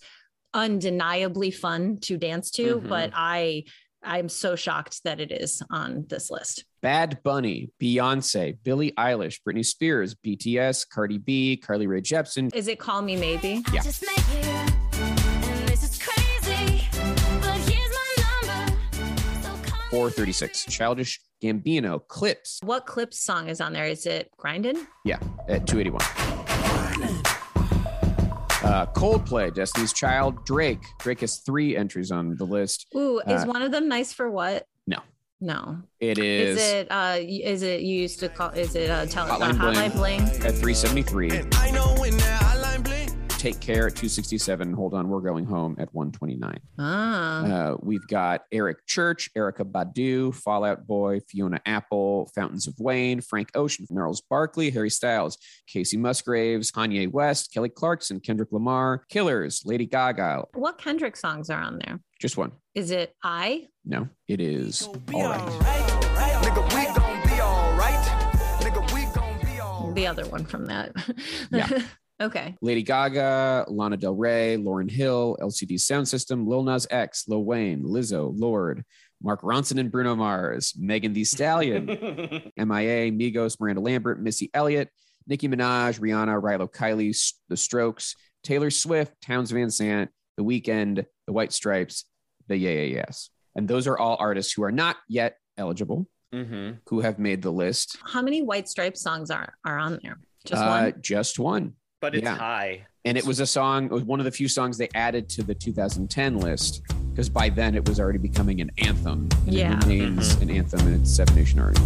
Speaker 2: undeniably fun to dance to,
Speaker 1: Mm-hmm.
Speaker 3: Mhm.
Speaker 2: but I I'm so shocked that it is on this list.
Speaker 1: Bad Bunny, Beyonce, Billie Eilish, Britney Spears, BTS, Cardi B, Carly Rae Jepsen.
Speaker 2: Is it Call Me Maybe?
Speaker 1: Yeah.
Speaker 5: Just met you, and this is crazy. But here's my number. So call me
Speaker 1: 436. Childish Gambino, Clips
Speaker 2: What clips song is on there? Is it Grindin?
Speaker 1: Yeah, at 281. Uh, Coldplay, Destiny's Child, Drake. Drake has three entries on the list.
Speaker 2: Ooh, is
Speaker 1: Uh,
Speaker 2: one of them nice for what?
Speaker 1: No.
Speaker 2: No.
Speaker 1: It
Speaker 2: Is,
Speaker 1: is,
Speaker 2: it uh y- is it you used to call is it uh tell
Speaker 1: Hotline
Speaker 2: uh, hotline bling?
Speaker 1: at 373.
Speaker 7: And I know when that hotline bling.
Speaker 1: Take Care at 267. Hold on, we're going home at 129.
Speaker 2: Ah.
Speaker 1: Uh, we've got Eric Church, Erica Badu, Fallout Boy, Fiona Apple, Fountains of Wayne, Frank Ocean, Gnarls Barkley, Harry Styles, Casey Musgraves, Kanye West, Kelly Clarkson, Kendrick Lamar, Killers, Lady Gaga.
Speaker 2: What Kendrick songs are on there?
Speaker 1: Just one.
Speaker 2: Is it I?
Speaker 1: No, it is all right.
Speaker 7: Nigga, we gon' be alright. Nigga, we gon' be alright.
Speaker 2: The other one from that.
Speaker 1: Yeah.
Speaker 2: okay.
Speaker 1: Lady Gaga, Lana Del Rey, Lauren Hill, LCD Sound System, Lil Nas X, Lil Wayne, Lizzo, Lord, Mark Ronson and Bruno Mars, Megan Thee Stallion, MIA, Migos, Miranda Lambert, Missy Elliott, Nicki Minaj, Rihanna, Rilo Kiley, S- The Strokes, Taylor Swift, Towns Van Sant, The Weeknd, The White Stripes, The Yeah Yeah Yes. And those are all artists who are not yet eligible,
Speaker 3: mm-hmm.
Speaker 1: who have made the list.
Speaker 2: How many White Stripes songs are, are on there? Just
Speaker 1: Uh,
Speaker 2: one?
Speaker 1: just one.
Speaker 3: But it's
Speaker 1: Yeah.
Speaker 3: high.
Speaker 1: and it was a song it was one of the few songs they added to the 2010 list because by then it was already becoming an anthem and
Speaker 2: Yeah.
Speaker 1: it remains an anthem and it's seven nation army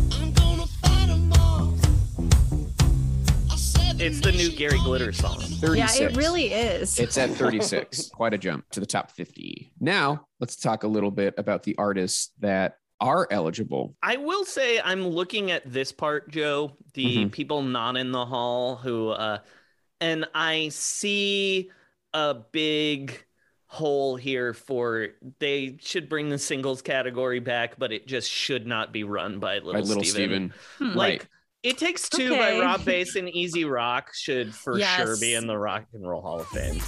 Speaker 3: It's the new Gary Glitter song.
Speaker 1: 36
Speaker 2: Yeah, it really is.
Speaker 1: it's at 36 quite a jump to the top 50 now let's talk a little bit about the artists that are eligible
Speaker 3: I will say I'm looking at this part, Joe, the
Speaker 1: Mhm.
Speaker 3: people not in the hall who uh and I see a big hole here for they should bring the singles category back, but it just should not be run by Little,
Speaker 1: by little
Speaker 3: Steven.
Speaker 1: steven,
Speaker 2: Hmm.
Speaker 3: Like
Speaker 1: right
Speaker 3: It Takes Two by
Speaker 2: Okay.
Speaker 3: Rob Bass and Easy Rock should for sure
Speaker 2: Yes.
Speaker 3: be in the Rock and Roll Hall of Fame.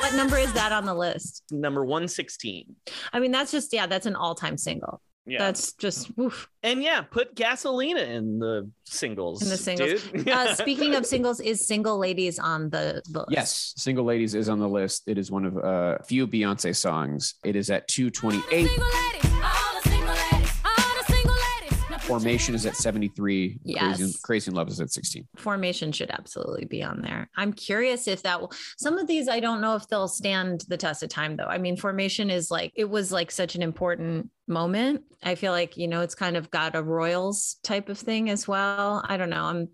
Speaker 2: what number is that on the list?
Speaker 3: Number 116.
Speaker 2: I mean, that's just, yeah, that's an all time single.
Speaker 3: Yeah.
Speaker 2: That's just, oof.
Speaker 3: and yeah, put Gasolina in the singles.
Speaker 2: In the singles.
Speaker 3: Dude.
Speaker 2: Uh, speaking of singles, is Single Ladies on the, the list?
Speaker 1: yes single ladies is on the list it is one of a uh, few beyonce songs it is at 228
Speaker 5: Single ladies, all the single ladies, all the single ladies. Now put your
Speaker 1: formation is at 73
Speaker 2: Yes.
Speaker 1: crazy, crazy in love is at 16
Speaker 2: formation should absolutely be on there. I'm curious if that will some of these I don't know if they'll stand the test of time though. I mean, formation is like it was like such an important moment. I feel like, you know, it's kind of got a royals type of thing as well. I don't know. I'm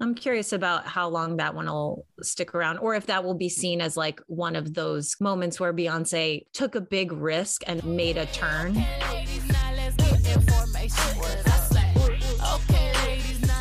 Speaker 2: I'm curious about how long that one will stick around or if that will be seen as like one of those moments where Beyonce took a big risk and made a turn.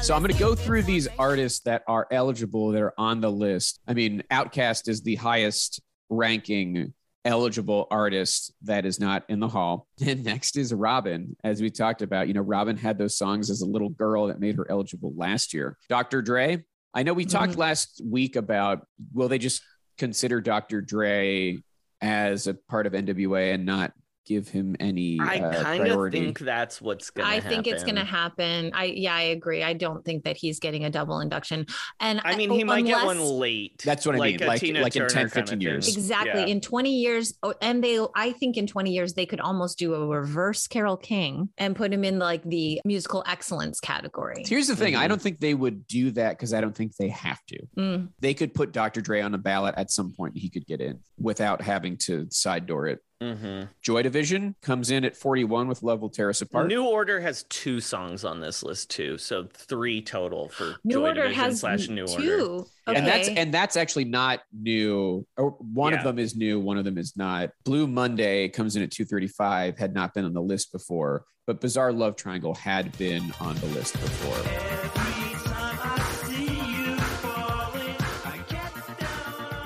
Speaker 1: So I'm going to go through these artists that are eligible that are on the list. I mean, Outcast is the highest ranking eligible artist that is not in the hall. And next is Robin. As we talked about, you know, Robin had those songs as a little girl that made her eligible last year. Dr. Dre, I know we
Speaker 3: Mm-hmm.
Speaker 1: talked last week about will they just consider Dr. Dre as a part of NWA and not give him any
Speaker 3: I
Speaker 1: uh,
Speaker 3: kind of
Speaker 1: priority?
Speaker 3: think that's what's gonna.
Speaker 2: I think it's going to
Speaker 3: happen.
Speaker 2: happen. I yeah, I agree. I don't think that he's getting a double induction. And
Speaker 3: I mean, he might get one
Speaker 2: unless-
Speaker 3: late.
Speaker 1: That's what I mean,
Speaker 3: a
Speaker 1: like-
Speaker 3: Tina
Speaker 1: like in
Speaker 3: Turner
Speaker 1: 10,
Speaker 3: kinda
Speaker 1: 15
Speaker 3: thing.
Speaker 1: years.
Speaker 2: Exactly.
Speaker 3: Yeah.
Speaker 2: In 20 years, oh, and they, I think in 20 years, they could almost do a reverse Carol King and put him in like the musical excellence category.
Speaker 1: Here's the thing. I
Speaker 3: Mhm.
Speaker 1: don't think they would do that because I don't think they have to.
Speaker 2: Mm.
Speaker 1: They could put Dr. Dre on a ballot at some point and he could get in without having to side door it.
Speaker 3: Mhm.
Speaker 1: Joy Division comes in at 41 with Love Will Tear Us Apart.
Speaker 3: New Order has two songs on this list too, so three total for
Speaker 2: New
Speaker 3: Joy
Speaker 2: Order
Speaker 3: Division
Speaker 2: has
Speaker 3: slash New
Speaker 2: two.
Speaker 3: Order.
Speaker 2: Okay.
Speaker 1: And that's and that's actually not new. Or one of
Speaker 3: Yeah.
Speaker 1: them is new, one of them is not. Blue Monday comes in at 235, had not been on the list before, but Bizarre Love Triangle had been on the list before.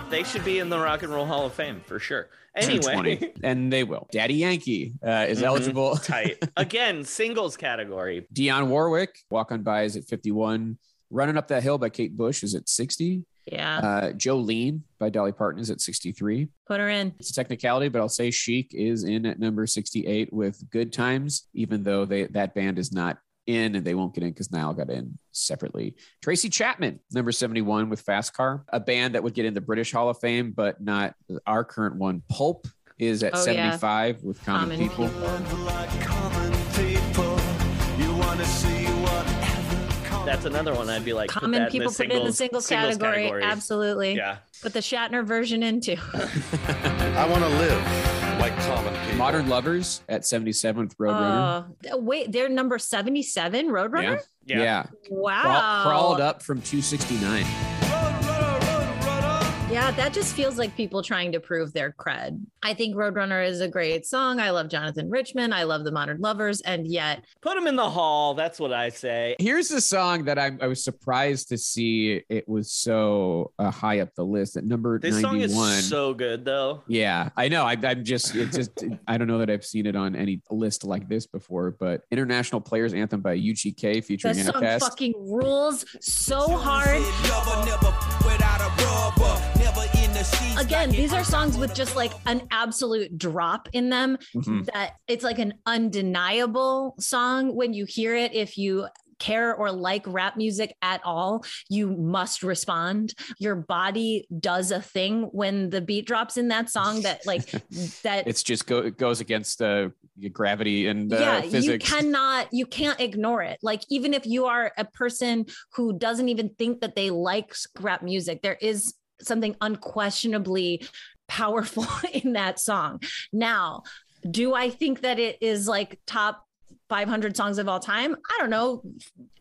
Speaker 3: They should be in the Rock and Roll Hall of Fame for sure.
Speaker 1: 220,
Speaker 3: Anyway,
Speaker 1: and they will. Daddy Yankee uh, is
Speaker 3: Mhm.
Speaker 1: eligible.
Speaker 3: tight again. Singles category.
Speaker 1: Dionne Warwick, Walk On By is at 51. Running Up That Hill by Kate Bush is at 60.
Speaker 2: yeah.
Speaker 1: Uh, Jolene by Dolly Parton is at 63.
Speaker 2: Put her in.
Speaker 1: It's a technicality, but I'll say Chic is in at number 68 with Good Times, even though they that band is not in and they won't get in because Niall got in separately. Tracy Chapman, number 71 with Fast Car, a band that would get in the British Hall of Fame, but not our current one. Pulp is at
Speaker 2: Oh, yeah.
Speaker 1: 75 with Common,
Speaker 2: Common
Speaker 1: People.
Speaker 3: That's another one I'd be like. put
Speaker 2: Common
Speaker 3: that
Speaker 2: people put it in the singles, category. Absolutely.
Speaker 3: Yeah.
Speaker 2: Put the Shatner version in too.
Speaker 6: I want to live like common people.
Speaker 1: Modern Lovers at 77 with Roadrunner.
Speaker 2: Uh, wait, they're number 77 Roadrunner?
Speaker 1: Yeah.
Speaker 3: Yeah.
Speaker 2: Wow.
Speaker 1: Crawl- crawled up from 269.
Speaker 2: Yeah, that just feels like people trying to prove their cred. I think Roadrunner is a great song. I love Jonathan Richman. I love the Modern Lovers. And yet,
Speaker 3: Put them in the hall. That's what I say.
Speaker 1: Here's the song that I'm, I was surprised to see it was so uh, high up the list at number
Speaker 3: This
Speaker 1: 91.
Speaker 3: song is so good though.
Speaker 1: yeah, I know. I, I'm just, it just, I don't know that I've seen it on any list like this before, but International Players Anthem by UGK
Speaker 2: that
Speaker 1: featuring
Speaker 2: song
Speaker 1: Outkast.
Speaker 2: fucking rules so hard. Again, these are songs with just like an absolute drop in them
Speaker 1: Mhm.
Speaker 2: that it's like an undeniable song when you hear it. If you care or like rap music at all, you must respond. Your body does a thing when the beat drops in that song that like that
Speaker 1: It's just go, it goes against uh, gravity and uh,
Speaker 2: yeah you
Speaker 1: physics.
Speaker 2: cannot you can't ignore it like even if you are a person who doesn't even think that they like rap music there is something unquestionably powerful in that song now do i think that it is like top 500 songs of all time i don't know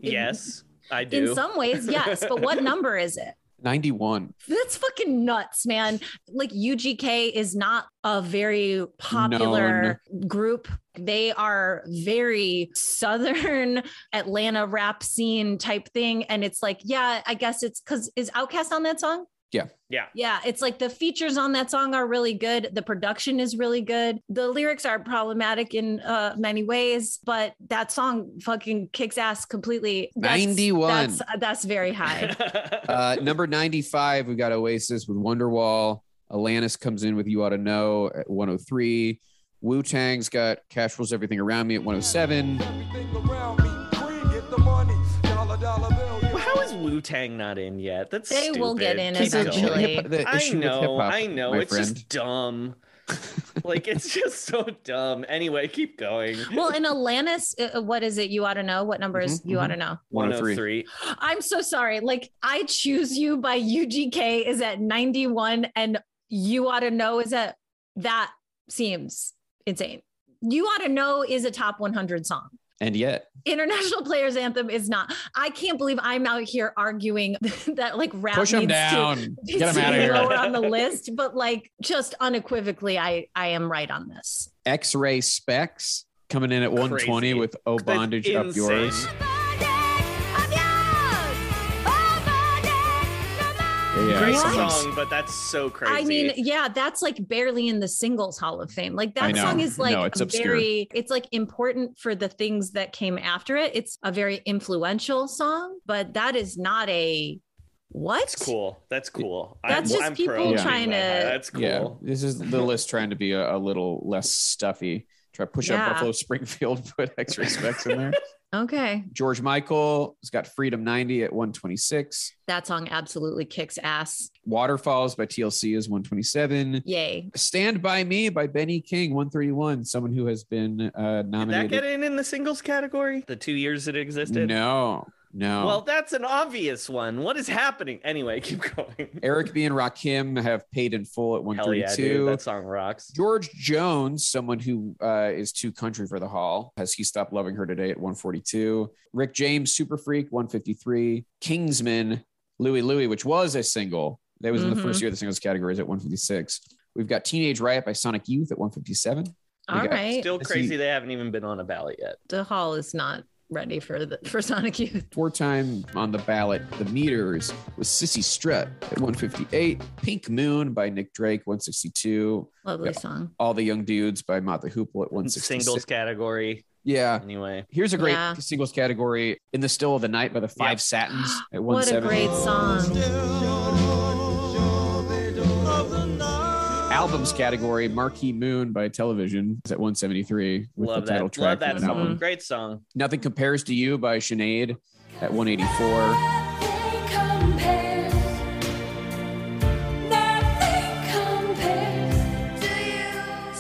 Speaker 2: In-
Speaker 3: Yes, I do.
Speaker 2: in some ways yes but what number is it
Speaker 1: 91.
Speaker 2: that's fucking nuts, man. Like UGK is not a very popular group. They are very southern Atlanta rap scene type thing. And it's like, yeah, I guess it's because is Outcast on that song?
Speaker 1: Yeah.
Speaker 3: Yeah.
Speaker 2: Yeah. It's like the features on that song are really good. The production is really good. The lyrics are problematic in uh, many ways, but that song fucking kicks ass completely. That's-
Speaker 1: 91.
Speaker 2: That's, that's very high.
Speaker 1: uh, number 95, we got Oasis with Wonderwall. Alanis comes in with You Ought to Know at 103. Wu Tang's got Cash Rules Everything Around Me at 107.
Speaker 3: How is Wu Tang not in yet? That's
Speaker 2: They will get
Speaker 3: stupid.
Speaker 2: in
Speaker 3: Please don't.
Speaker 2: eventually.
Speaker 1: the
Speaker 3: I
Speaker 1: issue with
Speaker 3: know,
Speaker 1: hip-hop,
Speaker 3: I know.
Speaker 1: my
Speaker 3: It's
Speaker 1: friend.
Speaker 3: just dumb. like it's just so dumb. Anyway, keep going.
Speaker 2: well, in Alanis, uh, what is it? You ought to know. What number is
Speaker 1: Mhm,
Speaker 2: you
Speaker 1: mhm.
Speaker 2: ought to know?
Speaker 1: 103.
Speaker 2: I'm so sorry. Like, I Choose You by UGK is at 91, and You Ought to Know is at that seems insane. You Ought to Know is a top 100 song.
Speaker 1: And yet,
Speaker 2: International Players Anthem is not. I can't believe I'm out here arguing that like rap
Speaker 1: push them
Speaker 2: needs to-
Speaker 1: down. Get
Speaker 2: needs
Speaker 1: them
Speaker 2: to
Speaker 1: out of
Speaker 2: be
Speaker 1: here.
Speaker 2: Lower on the list, but like just unequivocally, I I am right on this.
Speaker 1: X Ray Specs coming in at 120
Speaker 3: Crazy.
Speaker 1: with Oh
Speaker 3: That's
Speaker 1: Bondage Up
Speaker 3: insane.
Speaker 1: Yours. Yeah.
Speaker 3: Great
Speaker 2: What?
Speaker 3: song, but that's so crazy.
Speaker 2: I mean, yeah, that's like barely in the singles Hall of Fame. Like
Speaker 1: I
Speaker 2: that
Speaker 1: know.
Speaker 2: song is like
Speaker 1: No, it's obscure.
Speaker 2: very, it's like important for the things that came after it. It's a very influential song, but that is not a what?
Speaker 3: that's cool. That's cool.
Speaker 2: That's just people
Speaker 3: Team
Speaker 2: trying
Speaker 3: Lehigh.
Speaker 2: to-
Speaker 3: That's cool.
Speaker 1: Yeah, this is the list trying to be a, a little less stuffy. Try to push
Speaker 2: Yeah.
Speaker 1: up Buffalo Springfield, put extra specs in there.
Speaker 2: Okay.
Speaker 1: George Michael has got Freedom 90 at 126.
Speaker 2: That song absolutely kicks ass.
Speaker 1: Waterfalls by TLC is 127.
Speaker 2: Yay.
Speaker 1: Stand by Me by Benny King 131. Someone who has been uh,
Speaker 3: Did that
Speaker 1: nominated.
Speaker 3: get in in the singles category? The two years it existed.
Speaker 1: No, no.
Speaker 3: Well, that's an obvious one. What is happening? Anyway, keep going.
Speaker 1: Eric B and Rakim have paid in full at
Speaker 3: Hell yeah,
Speaker 1: 132.
Speaker 3: dude. That song rocks.
Speaker 1: George Jones, someone who uh, is too country for the hall, has he stopped loving her today at 142. Rick James, Super Freak, 153. Kingsman, Louie Louie, which was a single. That was in the
Speaker 2: Mhm.
Speaker 1: first year of the singles category is at 156. We've got Teenage Riot by Sonic Youth at 157.
Speaker 2: All
Speaker 1: got
Speaker 2: right.
Speaker 3: Still
Speaker 1: Let's
Speaker 3: crazy
Speaker 1: see.
Speaker 3: they haven't even been on a ballot yet.
Speaker 2: the hall is not ready for the for Sonic Youth.
Speaker 1: Four time on the ballot, The Meters with Sissy Strut at 158. Pink Moon by Nick Drake, 162.
Speaker 2: Lovely
Speaker 1: Yeah.
Speaker 2: song.
Speaker 1: All the Young Dudes by Mott the Hoople at 166.
Speaker 3: Singles category.
Speaker 1: Yeah.
Speaker 3: Anyway.
Speaker 1: Here's a great
Speaker 2: Yeah.
Speaker 1: singles category in the still of the night by the Five
Speaker 3: Yeah.
Speaker 1: Satins at
Speaker 2: What a
Speaker 1: 170.
Speaker 2: great song.
Speaker 1: Albums category Marquee Moon by Television is at 173 with
Speaker 3: Love
Speaker 1: the title
Speaker 3: that.
Speaker 1: track
Speaker 3: Love
Speaker 1: from
Speaker 3: that
Speaker 1: an
Speaker 3: song.
Speaker 1: album.
Speaker 3: Great song.
Speaker 1: Nothing compares to you by Sinead at 184.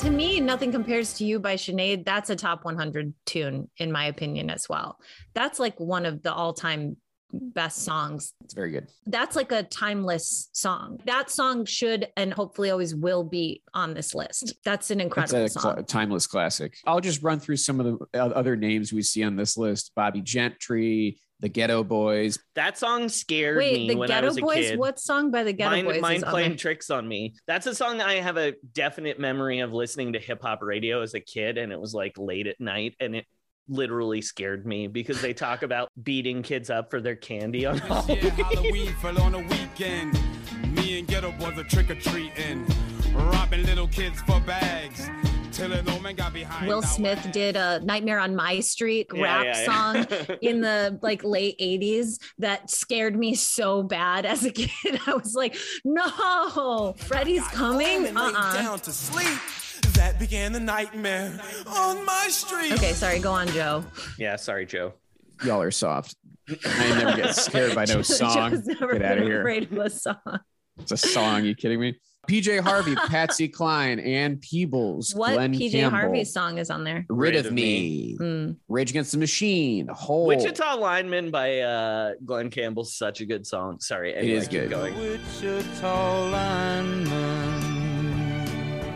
Speaker 2: To me, Nothing Compares to You by Sinead, that's a top 100 tune, in my opinion, as well. That's like one of the all time best songs.
Speaker 1: It's very good.
Speaker 2: That's like a timeless song. That song should and hopefully always will be on this list. That's an
Speaker 1: That's
Speaker 2: incredible
Speaker 1: a
Speaker 2: song.
Speaker 1: cl- timeless classic. I'll just run through some of the o- other names we see on this list Bobby Gentry, The Ghetto Boys.
Speaker 3: That song scared
Speaker 2: Wait,
Speaker 3: me
Speaker 2: The
Speaker 3: when I
Speaker 2: Ghetto
Speaker 3: was a
Speaker 2: Boys?
Speaker 3: kid.
Speaker 2: What song by The Ghetto
Speaker 3: mind,
Speaker 2: Boys
Speaker 3: mind
Speaker 2: is on
Speaker 3: playing
Speaker 2: there?
Speaker 3: tricks on me. That's a song I have a definite memory of listening to hip hop radio as a kid, and it was like late at night, and it literally scared me because they talk about beating kids up for their candy on Halloween.
Speaker 7: Yeah, Halloween fell on a weekend. Me and Ghetto Boys are trick or treating, robbing little kids for bags. Till an old man got behind.
Speaker 2: Will
Speaker 7: our
Speaker 2: Smith
Speaker 7: ass.
Speaker 2: did a Nightmare on My Street
Speaker 3: Yeah,
Speaker 2: rap
Speaker 3: yeah,
Speaker 2: song.
Speaker 3: yeah.
Speaker 2: in the like late 80s that scared me so bad as a kid. I was like, no, Freddy's
Speaker 4: Home
Speaker 2: coming.
Speaker 4: and laid
Speaker 2: Uh-uh.
Speaker 4: down to sleep. That began the nightmare on my street.
Speaker 2: Okay, sorry, go on, Joe.
Speaker 3: yeah, sorry, Joe.
Speaker 1: Y'all are soft. I never get scared by no song.
Speaker 2: Joe's never
Speaker 1: Get out of
Speaker 2: been
Speaker 1: here.
Speaker 2: afraid of a song.
Speaker 1: It's a song. You kidding me? PJ Harvey, Patsy Cline, and Peebles.
Speaker 2: What
Speaker 1: Glenn
Speaker 2: PJ
Speaker 1: Campbell,
Speaker 2: Harvey's song is on there?
Speaker 1: Rid of Me,
Speaker 2: Mm.
Speaker 1: Rage Against the Machine, Hole.
Speaker 3: Wichita Lineman by uh, Glenn Campbell's such a good song. Sorry, anyway,
Speaker 1: is
Speaker 3: keep
Speaker 1: good.
Speaker 3: Going.
Speaker 7: Wichita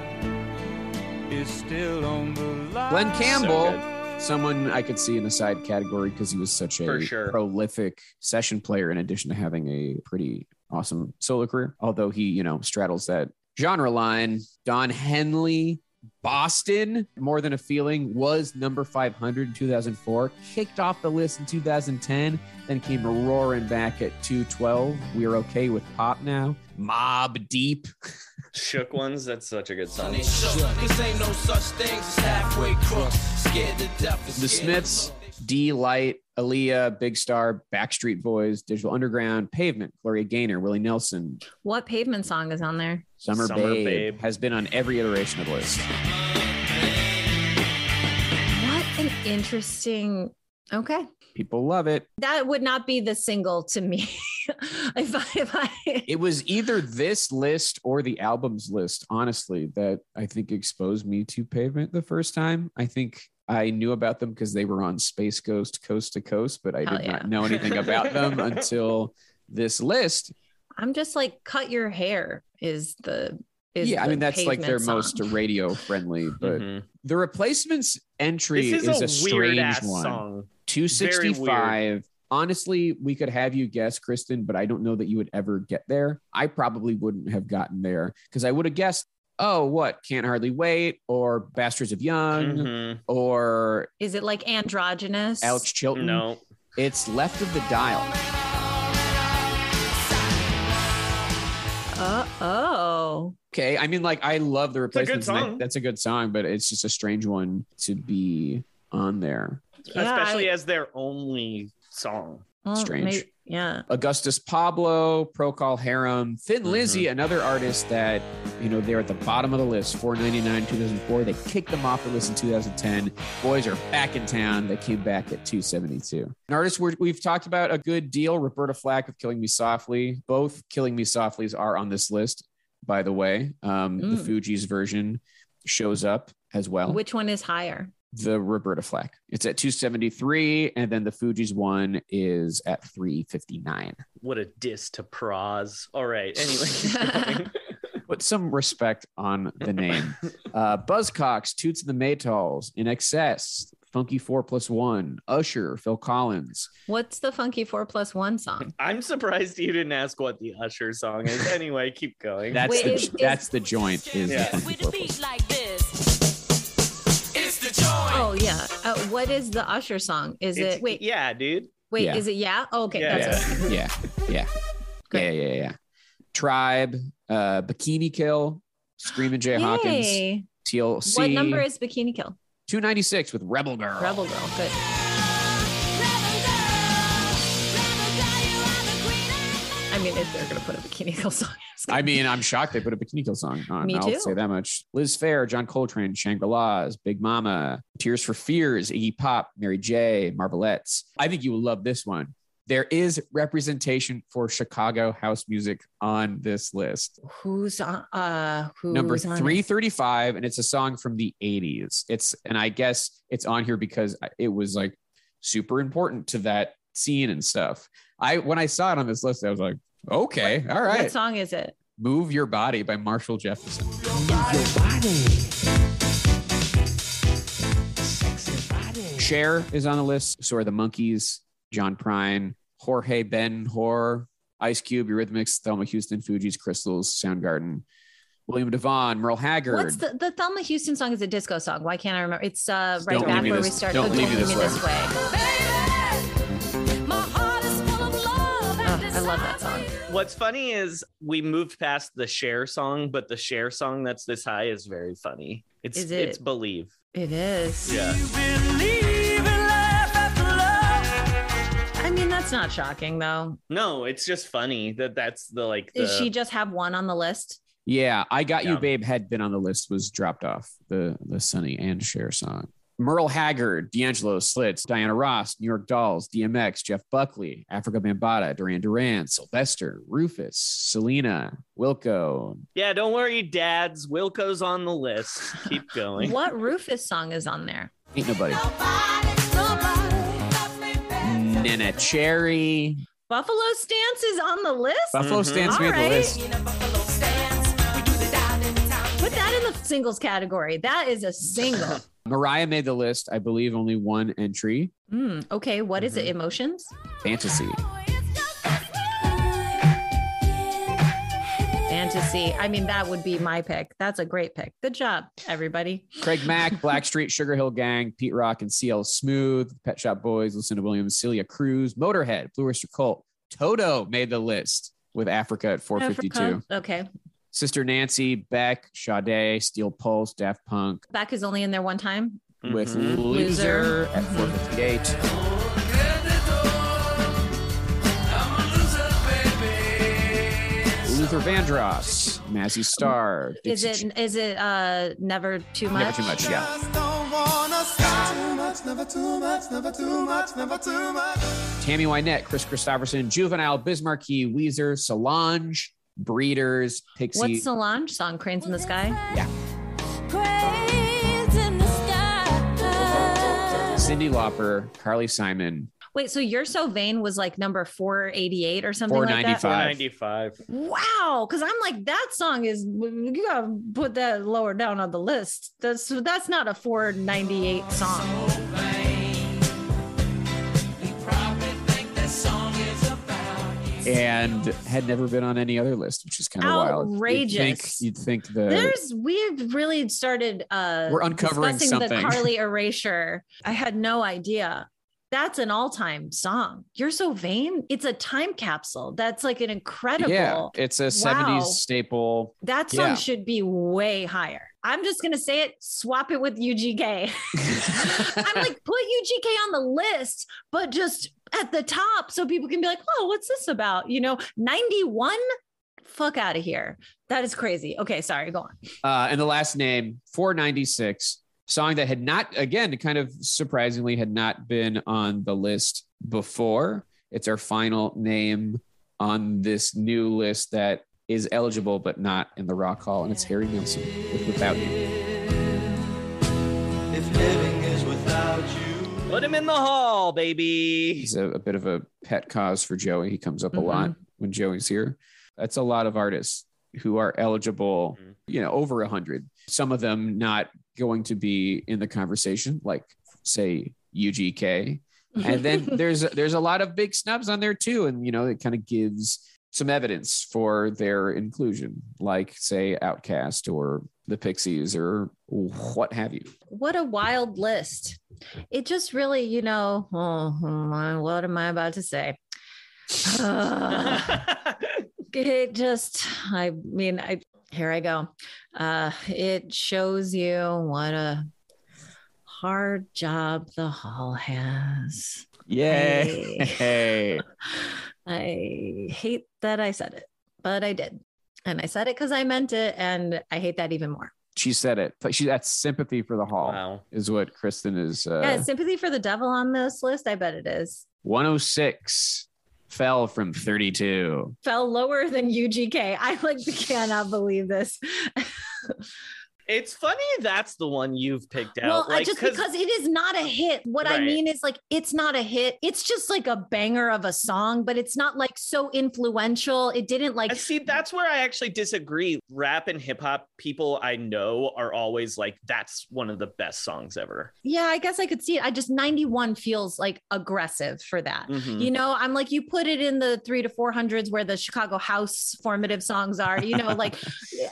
Speaker 7: lineman is still on the line.
Speaker 1: Glenn Campbell,
Speaker 3: So
Speaker 1: someone I could see in a side category because he was such a
Speaker 3: For sure.
Speaker 1: prolific session player, in addition to having a pretty awesome solo career. Although he, you know, straddles that genre line. Don Henley. Boston, More Than a Feeling, was number 500 in 2004, kicked off the list in 2010, then came roaring back at 212. We're okay with pop now. Mob Deep,
Speaker 3: Shook ones. That's such a good song.
Speaker 1: The Smiths, D Light, Aaliyah, Big Star, Backstreet Boys, Digital Underground, Pavement, Gloria Gaynor, Willie Nelson,
Speaker 2: What pavement song is on there?
Speaker 1: Summer,
Speaker 3: Summer
Speaker 1: Babe,
Speaker 3: Babe.
Speaker 1: has been on every iteration of the list.
Speaker 2: What an interesting. Okay,
Speaker 1: People love it.
Speaker 2: that would not be the single to me. if I, if I,
Speaker 1: It was either this list or the albums list, honestly, that I think exposed me to Pavement the first time. I think I knew about them because they were on Space Ghost coast to coast, but I
Speaker 2: Hell
Speaker 1: did
Speaker 2: yeah.
Speaker 1: not know anything about them until this list.
Speaker 2: I'm just like, cut your hair is the is
Speaker 1: yeah, I
Speaker 2: the
Speaker 1: mean that's like
Speaker 2: Pavement
Speaker 1: their
Speaker 2: song. Mm-hmm.
Speaker 1: most radio friendly, but
Speaker 3: Mhm.
Speaker 1: the replacements entry
Speaker 3: This
Speaker 1: is,
Speaker 3: is,
Speaker 1: a,
Speaker 3: a, weird
Speaker 1: strange
Speaker 3: ass
Speaker 1: one.
Speaker 3: song.
Speaker 1: Two sixty
Speaker 3: Very
Speaker 1: five. Honestly, we could have you guess, Kristen, but I don't know that you would ever get there. I probably wouldn't have gotten there because I would have guessed, oh, what can't hardly wait, or Bastards of Young,
Speaker 3: Mhm.
Speaker 1: or
Speaker 2: Is it like androgynous?
Speaker 1: Alex Chilton.
Speaker 3: Mm-hmm. No,
Speaker 1: It's Left of the Dial.
Speaker 2: Uh oh.
Speaker 1: Okay. I mean, like, I love the
Speaker 3: a good
Speaker 1: replacements. and I-
Speaker 3: song.
Speaker 1: That's a good song, but it's just a strange one to be on there.
Speaker 2: Yeah,
Speaker 3: especially
Speaker 2: I-
Speaker 3: as their only song.
Speaker 2: Well,
Speaker 1: Strange.
Speaker 2: may- yeah.
Speaker 1: Augustus Pablo, Procol Harum, Thin
Speaker 3: Mhm.
Speaker 2: Mm-hmm.
Speaker 1: Lizzy, another artist that, you know, they're at the bottom of the list, 499, 2004. They kicked them off the list in 2010. Boys are back in town. They came back at 272. An artist we're, we've talked about a good deal, Roberta Flack of Killing Me Softly. Both Killing Me Softlies are on this list, by the way. Um, The
Speaker 2: Mm.
Speaker 1: Fuji's version shows up as well
Speaker 2: Which one is higher?
Speaker 1: the Roberta Flack. It's at 273, and then the Fuji's one is at 359.
Speaker 3: What a diss to Praz. All right. Anyway, keep going.
Speaker 1: Put some respect on the name. Uh, Buzzcocks, Toots and the Maytals, In Excess, Funky Four Plus One, Usher, Phil Collins.
Speaker 2: What's the funky four plus one song?
Speaker 3: I'm surprised you didn't ask what the Usher song is. Anyway, keep going.
Speaker 1: That's
Speaker 2: Wait,
Speaker 1: the
Speaker 2: is- is-
Speaker 1: that's the joint. Is
Speaker 3: Yeah.
Speaker 1: the Funky
Speaker 5: With a
Speaker 1: Four Plus
Speaker 5: beat like this.
Speaker 7: It's the joint.
Speaker 2: Oh yeah. Uh, what is the Usher song? Is
Speaker 3: It's-
Speaker 2: it wait
Speaker 3: Yeah, dude.
Speaker 2: wait
Speaker 1: yeah.
Speaker 2: is it yeah? Oh, okay,
Speaker 3: Yeah.
Speaker 2: that's
Speaker 1: yeah, yeah, yeah, yeah, yeah,
Speaker 2: Great.
Speaker 1: yeah, yeah. Tribe, uh, Bikini Kill, Screaming Jay
Speaker 2: Yay.
Speaker 1: Hawkins, TLC.
Speaker 2: What number is Bikini Kill?
Speaker 1: 296 with Rebel Girl.
Speaker 2: Rebel Girl. Good. I mean, if they're gonna put a Bikini Kill song, it's gonna
Speaker 1: I mean, I'm shocked they put a Bikini Kill song on.
Speaker 2: Me
Speaker 1: I'll
Speaker 2: too.
Speaker 1: say that much. Liz Fair, John Coltrane, Shangri La's, Big Mama, Tears for Fears, Iggy Pop, Mary J, Marvelettes. I think you will love this one. There is representation for Chicago house music on this list.
Speaker 2: who's on uh who's
Speaker 1: Number
Speaker 2: on it?
Speaker 1: 335, and it's a song from the 80s. It's, and I guess it's on here because it was like super important to that scene and stuff. I, when I saw it on this list, I was like, okay, all right.
Speaker 2: What song is it?
Speaker 1: Move Your Body by Marshall Jefferson. Cher is on the list. So are the Monkeys, John Prine, Jorge Ben Hor, Ice Cube, Eurythmics, Thelma Houston, Fuji's, Crystals, Soundgarden, William Devon, Merle Haggard.
Speaker 2: What's the, the Thelma Houston song is a disco song. Why can't I remember? It's uh, right
Speaker 1: Don't
Speaker 2: back
Speaker 1: Leave Me
Speaker 2: where we
Speaker 1: This-
Speaker 2: started.
Speaker 1: Don't Leave Me This Way.
Speaker 2: Oh, I love that song.
Speaker 3: What's funny is we moved past the share song, but the share song that's this high is very funny. It's
Speaker 2: Is it?
Speaker 3: it's believe.
Speaker 2: It is.
Speaker 3: Yeah.
Speaker 2: I mean, that's not shocking though.
Speaker 3: No, it's just funny that that's the like the
Speaker 2: Does she just have one on the list?
Speaker 1: yeah, I Got You
Speaker 3: Yeah.
Speaker 1: Babe had been on the list, was dropped off the, the Sonny and Cher song. Merle Haggard, D'Angelo Slits, Diana Ross, New York Dolls, DMX, Jeff Buckley, Africa Bambata, Duran Duran, Sylvester, Rufus, Selena, Wilco,
Speaker 3: Yeah, don't worry, dads. Wilco's on the list. Keep going.
Speaker 2: What Rufus song is on there?
Speaker 1: Ain't nobody. Nana Cherry.
Speaker 2: Buffalo Stance is on the list.
Speaker 1: Buffalo
Speaker 3: Mhm.
Speaker 1: Stance made
Speaker 2: All
Speaker 1: the
Speaker 2: right.
Speaker 1: list.
Speaker 2: Put that in the singles category. That is a single.
Speaker 1: Mariah made the list. I believe only one entry.
Speaker 2: Mm, okay, what is it?
Speaker 1: Mm-hmm.
Speaker 2: Emotions?
Speaker 1: Fantasy.
Speaker 2: Fantasy. I mean, that would be my pick. That's a great pick. Good job, everybody.
Speaker 1: Craig Mack, Blackstreet, Sugar Hill Gang, Pete Rock, and CL Smooth, Pet Shop Boys, Lucinda Williams, Celia Cruz, Motorhead, Blue Oyster Cult, Toto made the list with Africa at 452.
Speaker 2: Africa. Okay.
Speaker 1: Sister Nancy, Beck, Sade, Steel Pulse, Daft Punk
Speaker 2: Back is only in there one time.
Speaker 1: with Loser
Speaker 3: Mhm.
Speaker 2: Mm-hmm. Loser.
Speaker 1: at 458. Luther Vandross, Mazzy Star.
Speaker 2: Is it is it uh never too much?
Speaker 1: Never too much, yeah. Tammy Wynette, Chris Christopherson, Juvenile, Bismarcky, Weezer, Solange, Breeders, Pixie.
Speaker 2: What's Solange song? Cranes in the Sky?
Speaker 1: Cindy Lauper, Carly Simon,
Speaker 2: Wait, so You're So Vain was like number 488 or something like that?
Speaker 1: 495.
Speaker 3: 95.
Speaker 2: Wow, because I'm like that song is you gotta put that lower down on the list. That's that's not a 498 song.
Speaker 1: and had never been on any other list, which is kind of wild. You'd
Speaker 2: Outrageous.
Speaker 1: think- You'd think, the
Speaker 2: There's we've really started uh
Speaker 1: Uh, We're uncovering
Speaker 2: discussing
Speaker 1: something.
Speaker 2: the Carly erasure. I had no idea. That's an all-time song. You're so vain. It's a time capsule. That's like an incredible.
Speaker 1: Yeah, it's a 70s
Speaker 2: Wow.
Speaker 1: staple.
Speaker 2: That song
Speaker 1: Yeah.
Speaker 2: should be way higher. I'm just gonna say it. Swap it with UGK. I'm like, put UGK on the list, but just at the top so people can be like, "Whoa, what's this about?" You know, 91. Fuck out of here. That is crazy. Okay, sorry. Go on.
Speaker 1: Uh, and the last name, 496, song that had not, again, kind of surprisingly, had not been on the list before. It's our final name on this new list that is eligible but not in the Rock Hall, and it's Harry Nilsson with Without You.
Speaker 9: If living is without you.
Speaker 3: Put him in the hall, baby.
Speaker 1: He's a, a bit of a pet cause for Joey. He comes up a lot when Joey's here. That's a lot of artists who are eligible, you know, over 100. Some of them not going to be in the conversation, like, say, UGK. and then there's there's a lot of big snubs on there too and you know it kind of gives some evidence for their inclusion like say outcast or the pixies or what have you
Speaker 2: what a wild list. It just really, you know, oh, my, what am I about to say? Ugh. it just, I mean, I here I go. Uh, it shows you what a hard job the hall has.
Speaker 1: yay
Speaker 2: I hate that I said it, but I did. And I said it because I meant it. And I hate that even more.
Speaker 1: she said it but she that's sympathy for the hall
Speaker 3: Wow.
Speaker 1: is what kristen is uh,
Speaker 2: yeah, sympathy for the devil on this list. I bet it is.
Speaker 1: 106 fell from 32
Speaker 2: fell lower than UGK. I like cannot believe this.
Speaker 3: It's funny that's the one you've picked out.
Speaker 2: well, I
Speaker 3: like,
Speaker 2: just
Speaker 3: 'cause-
Speaker 2: because it is not a hit. What I
Speaker 3: Right.
Speaker 2: mean is like it's not a hit. It's just like a banger of a song, but it's not like so influential. It didn't like
Speaker 3: I see that's where I actually disagree. Rap and hip hop people I know are always like, that's one of the best songs ever.
Speaker 2: yeah, I guess I could see it. I just 91 feels like aggressive for that.
Speaker 3: Mhm.
Speaker 2: You know, I'm like, you put it in the three to four hundreds where the Chicago house formative songs are, you know, like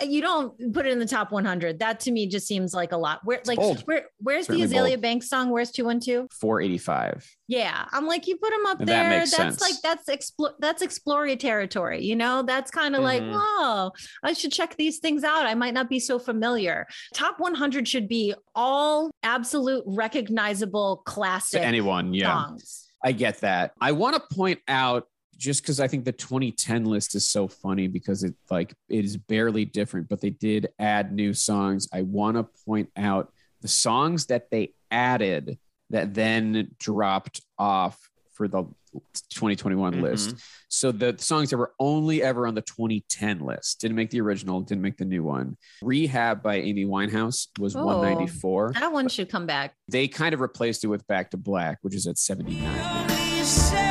Speaker 2: you don't put it in the top 100. That to me just seems like a lot. Where, like,
Speaker 1: bold.
Speaker 2: where, where's
Speaker 1: Certainly
Speaker 2: the Azalea
Speaker 1: bold.
Speaker 2: Banks song? Where's 212?
Speaker 1: 485
Speaker 2: Yeah, I'm like you put them up
Speaker 1: That
Speaker 2: there.
Speaker 1: makes
Speaker 2: that's
Speaker 1: sense.
Speaker 2: like that's explore that's exploratory territory. You know, that's kind of
Speaker 3: Mhm.
Speaker 1: Mm-hmm.
Speaker 2: like oh, I should check these things out. I might not be so familiar. Top 100 should be all absolute recognizable
Speaker 1: to
Speaker 2: classic
Speaker 1: anyone yeah
Speaker 2: songs.
Speaker 1: I get that. I want to point out just because I think the 2010 list is so funny because it like it is barely different, but they did add new songs. I want to point out the songs that they added that then dropped off for the 2021
Speaker 3: Mm-hmm.
Speaker 1: list. So the songs that were only ever on the 2010 list didn't make the original, didn't make the new one. Rehab by Amy Winehouse was
Speaker 2: Oh.
Speaker 1: 194.
Speaker 2: That one should come back.
Speaker 1: They kind of replaced it with Back to Black, which is at 79.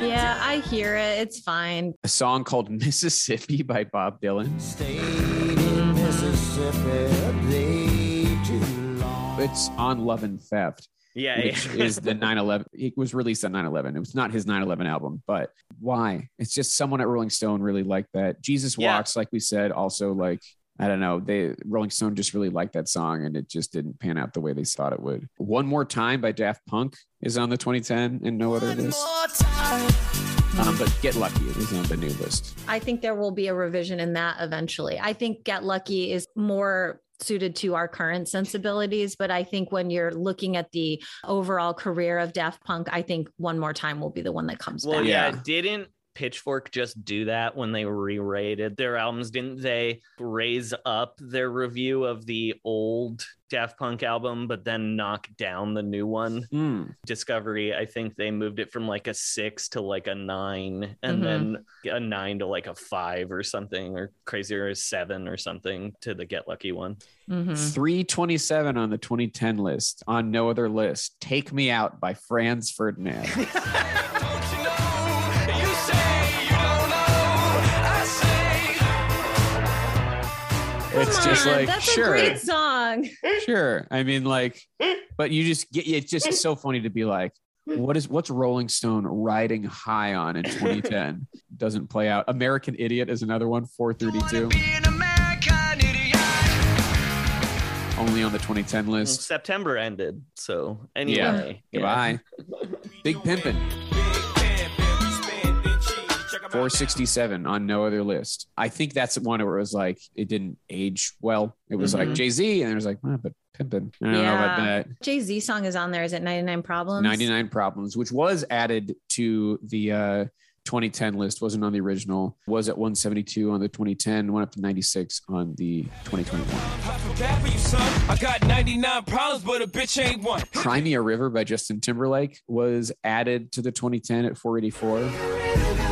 Speaker 2: Yeah, I hear it. It's fine.
Speaker 1: a song called Mississippi by Bob Dylan.
Speaker 9: Stayed in Mississippi way too long.
Speaker 1: It's on Love and Theft,
Speaker 3: Yeah.
Speaker 1: which
Speaker 3: yeah.
Speaker 1: is the 9 11. It was released on 9 11. It was not his 9 11 album, but why? It's just someone at Rolling Stone really liked that. Jesus
Speaker 3: Yeah.
Speaker 1: Walks, like we said, also like, I don't know, they Rolling Stone just really liked that song and it just didn't pan out the way they thought it would. One More Time by Daft Punk is on the 2010 and no other list. Um, but Get Lucky is on the new list.
Speaker 2: I think there will be a revision in that eventually. I think Get Lucky is more suited to our current sensibilities, but I think when you're looking at the overall career of Daft Punk, I think one more time will be the one that comes
Speaker 3: well,
Speaker 2: back.
Speaker 3: yeah.
Speaker 1: Yeah.
Speaker 3: Didn't Pitchfork just do that when they re-rated their albums? Didn't they raise up their review of the old Daft Punk album, but then knock down the new one?
Speaker 1: Hmm.
Speaker 3: Discovery, I think they moved it from like a six to like a nine, and
Speaker 2: Mhm.
Speaker 3: then a nine to like a five or something, or crazier a seven or something to the Get Lucky one.
Speaker 2: Mhm.
Speaker 1: 327 on the 2010 list, on no other list. Take Me Out by Franz Ferdinand. it's just
Speaker 2: Come on,
Speaker 1: like,
Speaker 2: that's a
Speaker 1: sure,
Speaker 2: great song.
Speaker 1: sure. I mean, like, but you just get, it's just so funny to be like, what is what's Rolling Stone riding high on in 2010? Doesn't play out. American Idiot is another one, 432. only on the 2010 list.
Speaker 3: September ended. So anyway. Yeah.
Speaker 1: Goodbye. Big Pimpin. 467 on no other list. I think that's one where it was like it didn't age well. It was like
Speaker 2: Mhm.
Speaker 1: Jay Z, and it was like, ah, but Pimpin. I don't know about that.
Speaker 2: Jay Z song is on there. Is it 99 Problems?
Speaker 1: 99 problems which was added to the uh 2010 list wasn't on the original was at 172 on the 2010 went up to 96 on the 2021
Speaker 10: Bad for you, son. I got 99 problems, but a bitch ain't one.
Speaker 1: cry me a river by justin timberlake was added to the 2010 at 484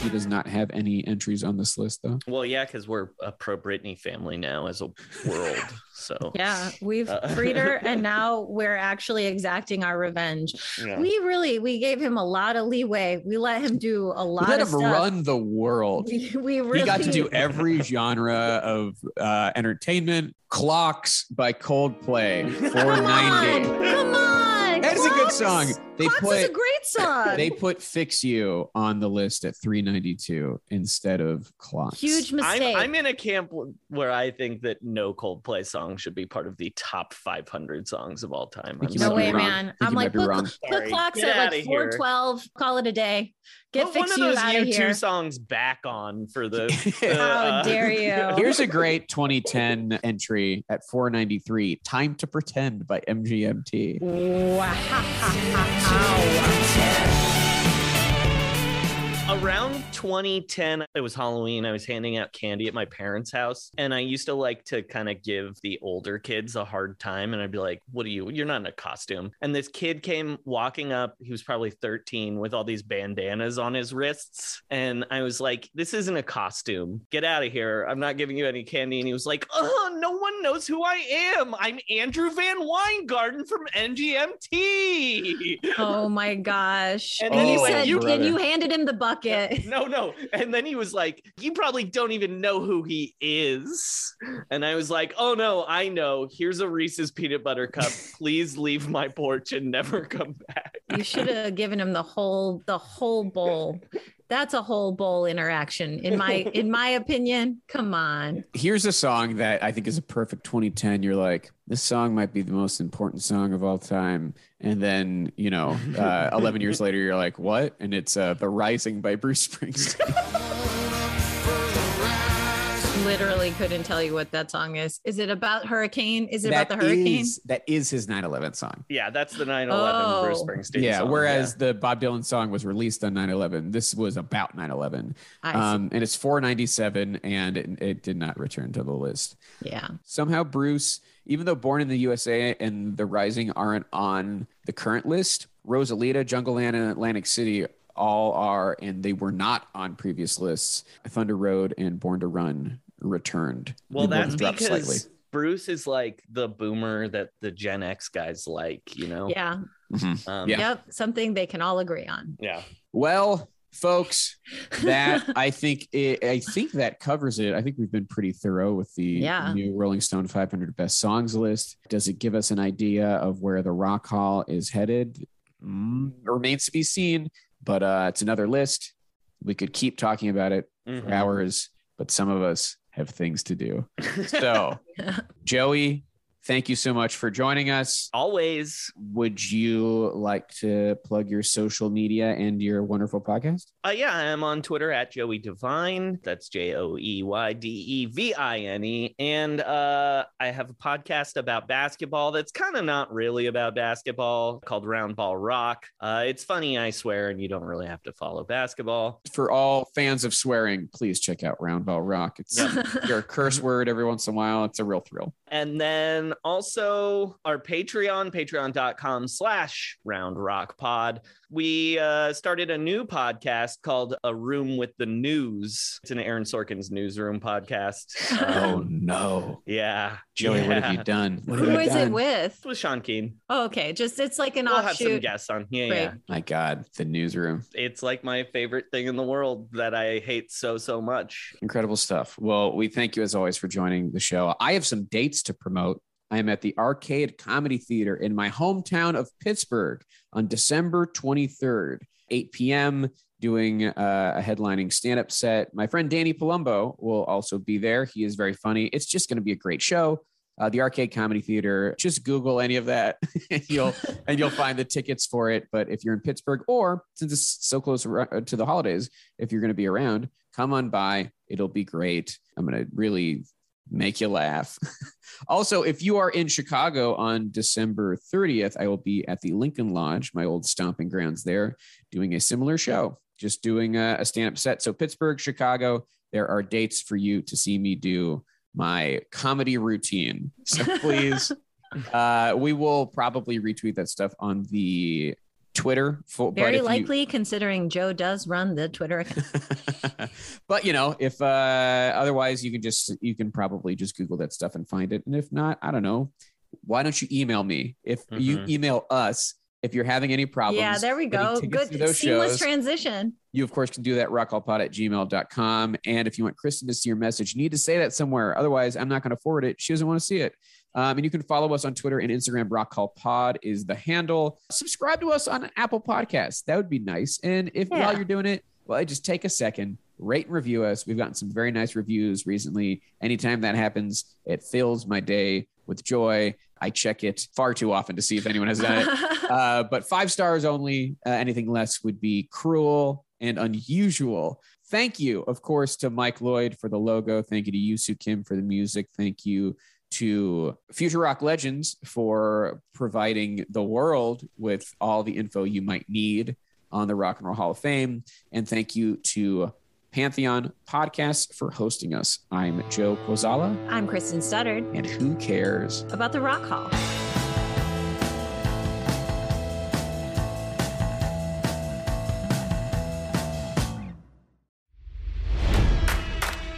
Speaker 1: he does not have any entries on this list though
Speaker 3: Well, yeah, because we're a pro Britney family now as a world. So
Speaker 2: Yeah, we've
Speaker 3: Uh,
Speaker 2: freed her and now we're actually exacting our revenge.
Speaker 3: Yeah.
Speaker 2: We really we gave him a lot of leeway. We let him do a lot
Speaker 1: let
Speaker 2: of
Speaker 1: him
Speaker 2: stuff.
Speaker 1: run the world
Speaker 2: We, we really
Speaker 1: He got to do every genre of uh, entertainment. Clocks by Coldplay, 490.
Speaker 2: Come on.
Speaker 1: That is a good
Speaker 2: Clocks!
Speaker 1: song. They
Speaker 2: Clocks
Speaker 1: put
Speaker 2: is a great song.
Speaker 1: They put "Fix You" on the list at 392 instead of "Clocks."
Speaker 2: Huge
Speaker 3: I'm,
Speaker 2: mistake.
Speaker 3: I'm in a camp where I think that no Coldplay song should be part of the top 500 songs of all time. I'm
Speaker 1: you
Speaker 2: no
Speaker 3: sorry.
Speaker 1: might
Speaker 2: way,
Speaker 1: be wrong. I
Speaker 2: man.
Speaker 1: think
Speaker 2: I'm
Speaker 1: you
Speaker 2: like
Speaker 1: might be wrong.
Speaker 2: put, put
Speaker 3: Sorry.
Speaker 2: clocks
Speaker 3: Get
Speaker 2: at
Speaker 3: outta
Speaker 2: like
Speaker 3: here.
Speaker 2: 412. Call it a day. Get
Speaker 3: Put
Speaker 2: fix
Speaker 3: one of
Speaker 2: you
Speaker 3: those
Speaker 2: out of
Speaker 3: U2
Speaker 2: here.
Speaker 3: songs back on for the. uh,
Speaker 2: How dare you?
Speaker 1: Here's a great 2010 entry at 493. "Time to Pretend" by MGMT.
Speaker 3: around 2010 it was halloween i was handing out candy at my parents house and i used to like to kind of give the older kids a hard time and i'd be like what are you you're not in a costume and this kid came walking up he was probably 13 with all these bandanas on his wrists and i was like this isn't a costume get out of here i'm not giving you any candy and he was like oh no one knows who i am i'm andrew van weingarten from ngmt
Speaker 2: Oh my gosh.
Speaker 3: And
Speaker 2: And
Speaker 3: then
Speaker 2: you
Speaker 3: he went,
Speaker 2: said,
Speaker 3: "You
Speaker 2: and you
Speaker 3: brother."
Speaker 2: handed him the bucket.
Speaker 3: no, no. And then he was like, You probably don't even know who he is. And I was like, Oh no, I know. Here's a Reese's peanut butter cup. Please leave my porch and never come back.
Speaker 2: You should have given him the whole the whole bowl. That's a whole bowl interaction in my in my opinion. Come on.
Speaker 1: Here's a song that I think is a perfect 2010. You're like, this song might be the most important song of all time. And then, you know, uh, 11 years later, you're like, what? And it's uh, The Rising by Bruce Springsteen.
Speaker 2: Literally couldn't tell you what that song is. Is it about hurricane? Is it
Speaker 1: That
Speaker 2: about the hurricane?
Speaker 1: is- that is his 9 11 song.
Speaker 3: Yeah, that's the 9
Speaker 2: Oh.
Speaker 3: 11 Bruce Springsteen.
Speaker 1: yeah.
Speaker 3: song.
Speaker 1: Whereas the Bob Dylan song was released on 9 11, this was about 9 11.
Speaker 2: I see.
Speaker 1: Um, and it's 497, and it, it did not return to the list.
Speaker 2: yeah.
Speaker 1: Somehow, Bruce, even though Born in the USA and The Rising aren't on the current list, Rosalita, Jungle Land, and Atlantic City all are, and they were not on previous lists. Thunder Road and Born to Run returned.
Speaker 3: Well,
Speaker 1: They both
Speaker 3: that's
Speaker 1: dropped
Speaker 3: because Bruce is like the boomer that the Gen X guys like, you know?
Speaker 2: Yeah.
Speaker 1: Mhm.
Speaker 3: Um,
Speaker 1: Yeah.
Speaker 2: Yep. Something they can all agree on.
Speaker 3: Yeah.
Speaker 1: Well, folks, that I think it, I think that covers it. I think we've been pretty thorough with the
Speaker 2: Yeah.
Speaker 1: new Rolling Stone 500 best songs list. Does it give us an idea of where the Rock Hall is headed? Mm, remains to be seen, but uh, it's another list. We could keep talking about it for
Speaker 3: Mhm.
Speaker 1: hours, but some of us have things to do. So, Joey, thank you so much for joining us.
Speaker 3: Always.
Speaker 1: Would you like to plug your social media and your wonderful podcast?
Speaker 3: Uh, yeah, I'm on Twitter at Joey Divine. That's J O E Y D E V I N E. And uh, I have a podcast about basketball that's kind of not really about basketball called Round Ball Rock. Uh, it's funny, I swear, and you don't really have to follow basketball.
Speaker 1: For all fans of swearing, please check out Roundbell Rock. It's your curse word every once in a while. It's a real thrill.
Speaker 3: And then also our Patreon, patreon.com slash round rock pod. We uh, started a new podcast called A Room with the News. It's an Aaron Sorkin's newsroom podcast.
Speaker 1: Oh,
Speaker 3: Um,
Speaker 1: no.
Speaker 3: Yeah.
Speaker 1: Joey, what have
Speaker 3: yeah.
Speaker 1: you done? What have
Speaker 2: Who
Speaker 1: you
Speaker 2: is it
Speaker 1: done?
Speaker 2: with?
Speaker 3: It's with Sean Keen.
Speaker 2: Oh, okay. Just it's like an
Speaker 3: We'll have some
Speaker 2: offshoot.
Speaker 3: guests on. Yeah,
Speaker 2: Great.
Speaker 3: yeah.
Speaker 1: My God, the newsroom.
Speaker 3: It's like my favorite thing in the world that I hate so so much.
Speaker 1: Incredible stuff. Well, we thank you as always for joining the show. I have some dates to promote. I am at the Arcade Comedy Theater in my hometown of Pittsburgh on December 23rd. 8 p.m., doing uh, a headlining stand up set. My friend Danny Palumbo will also be there. He is very funny. It's just going to be a great show. Uh, the Arcade Comedy Theater. Just Google any of that, and you'll and you'll find the tickets for it. But if you're in Pittsburgh, or since it's so close ar- to the holidays, if you're going to be around, come on by. It'll be great. I'm going to really make you laugh. also, if you are in Chicago on December 30th, I will be at the Lincoln Lodge, my old stomping grounds there, doing a similar show, just doing a, a stand up set. So, Pittsburgh, Chicago, there are dates for you to see me do my comedy routine. So, please, uh, we will probably retweet that stuff on the Twitter. For, but if
Speaker 2: Very
Speaker 1: you-
Speaker 2: likely, considering Joe does run the Twitter account.
Speaker 1: but you know if uh otherwise you can just you can probably just google that stuff and find it and if not i don't know why don't you email me if you
Speaker 3: Mhm.
Speaker 1: email us if you're having any problems
Speaker 2: yeah, there we
Speaker 1: getting
Speaker 2: go.
Speaker 1: tickets
Speaker 2: Good
Speaker 1: to those
Speaker 2: seamless
Speaker 1: shows,
Speaker 2: transition.
Speaker 1: you of course can do that rockallpod at gmail.com and if you want kristen to see your message you need to say that somewhere otherwise i'm not going to forward it she doesn't want to see it um, and you can follow us on twitter and instagram rock Call Pod is the handle subscribe to us on apple podcasts that would be nice and if
Speaker 2: Yeah.
Speaker 1: while you're doing it well just take a second rate and review us we've gotten some very nice reviews recently anytime that happens it fills my day with joy i check it far too often to see if anyone has done it uh, but five stars only. Uh, anything less would be cruel and unusual. Thank you, of course, to Mike Lloyd for the logo. Thank you to Yusu Kim for the music. Thank you to Future Rock Legends for providing the world with all the info you might need on the Rock and Roll Hall of Fame. And thank you to Pantheon Podcasts for hosting us. I'm Joe Quazala,
Speaker 2: I'm Kristen Studdard
Speaker 1: and who cares?
Speaker 2: about the Rock Hall.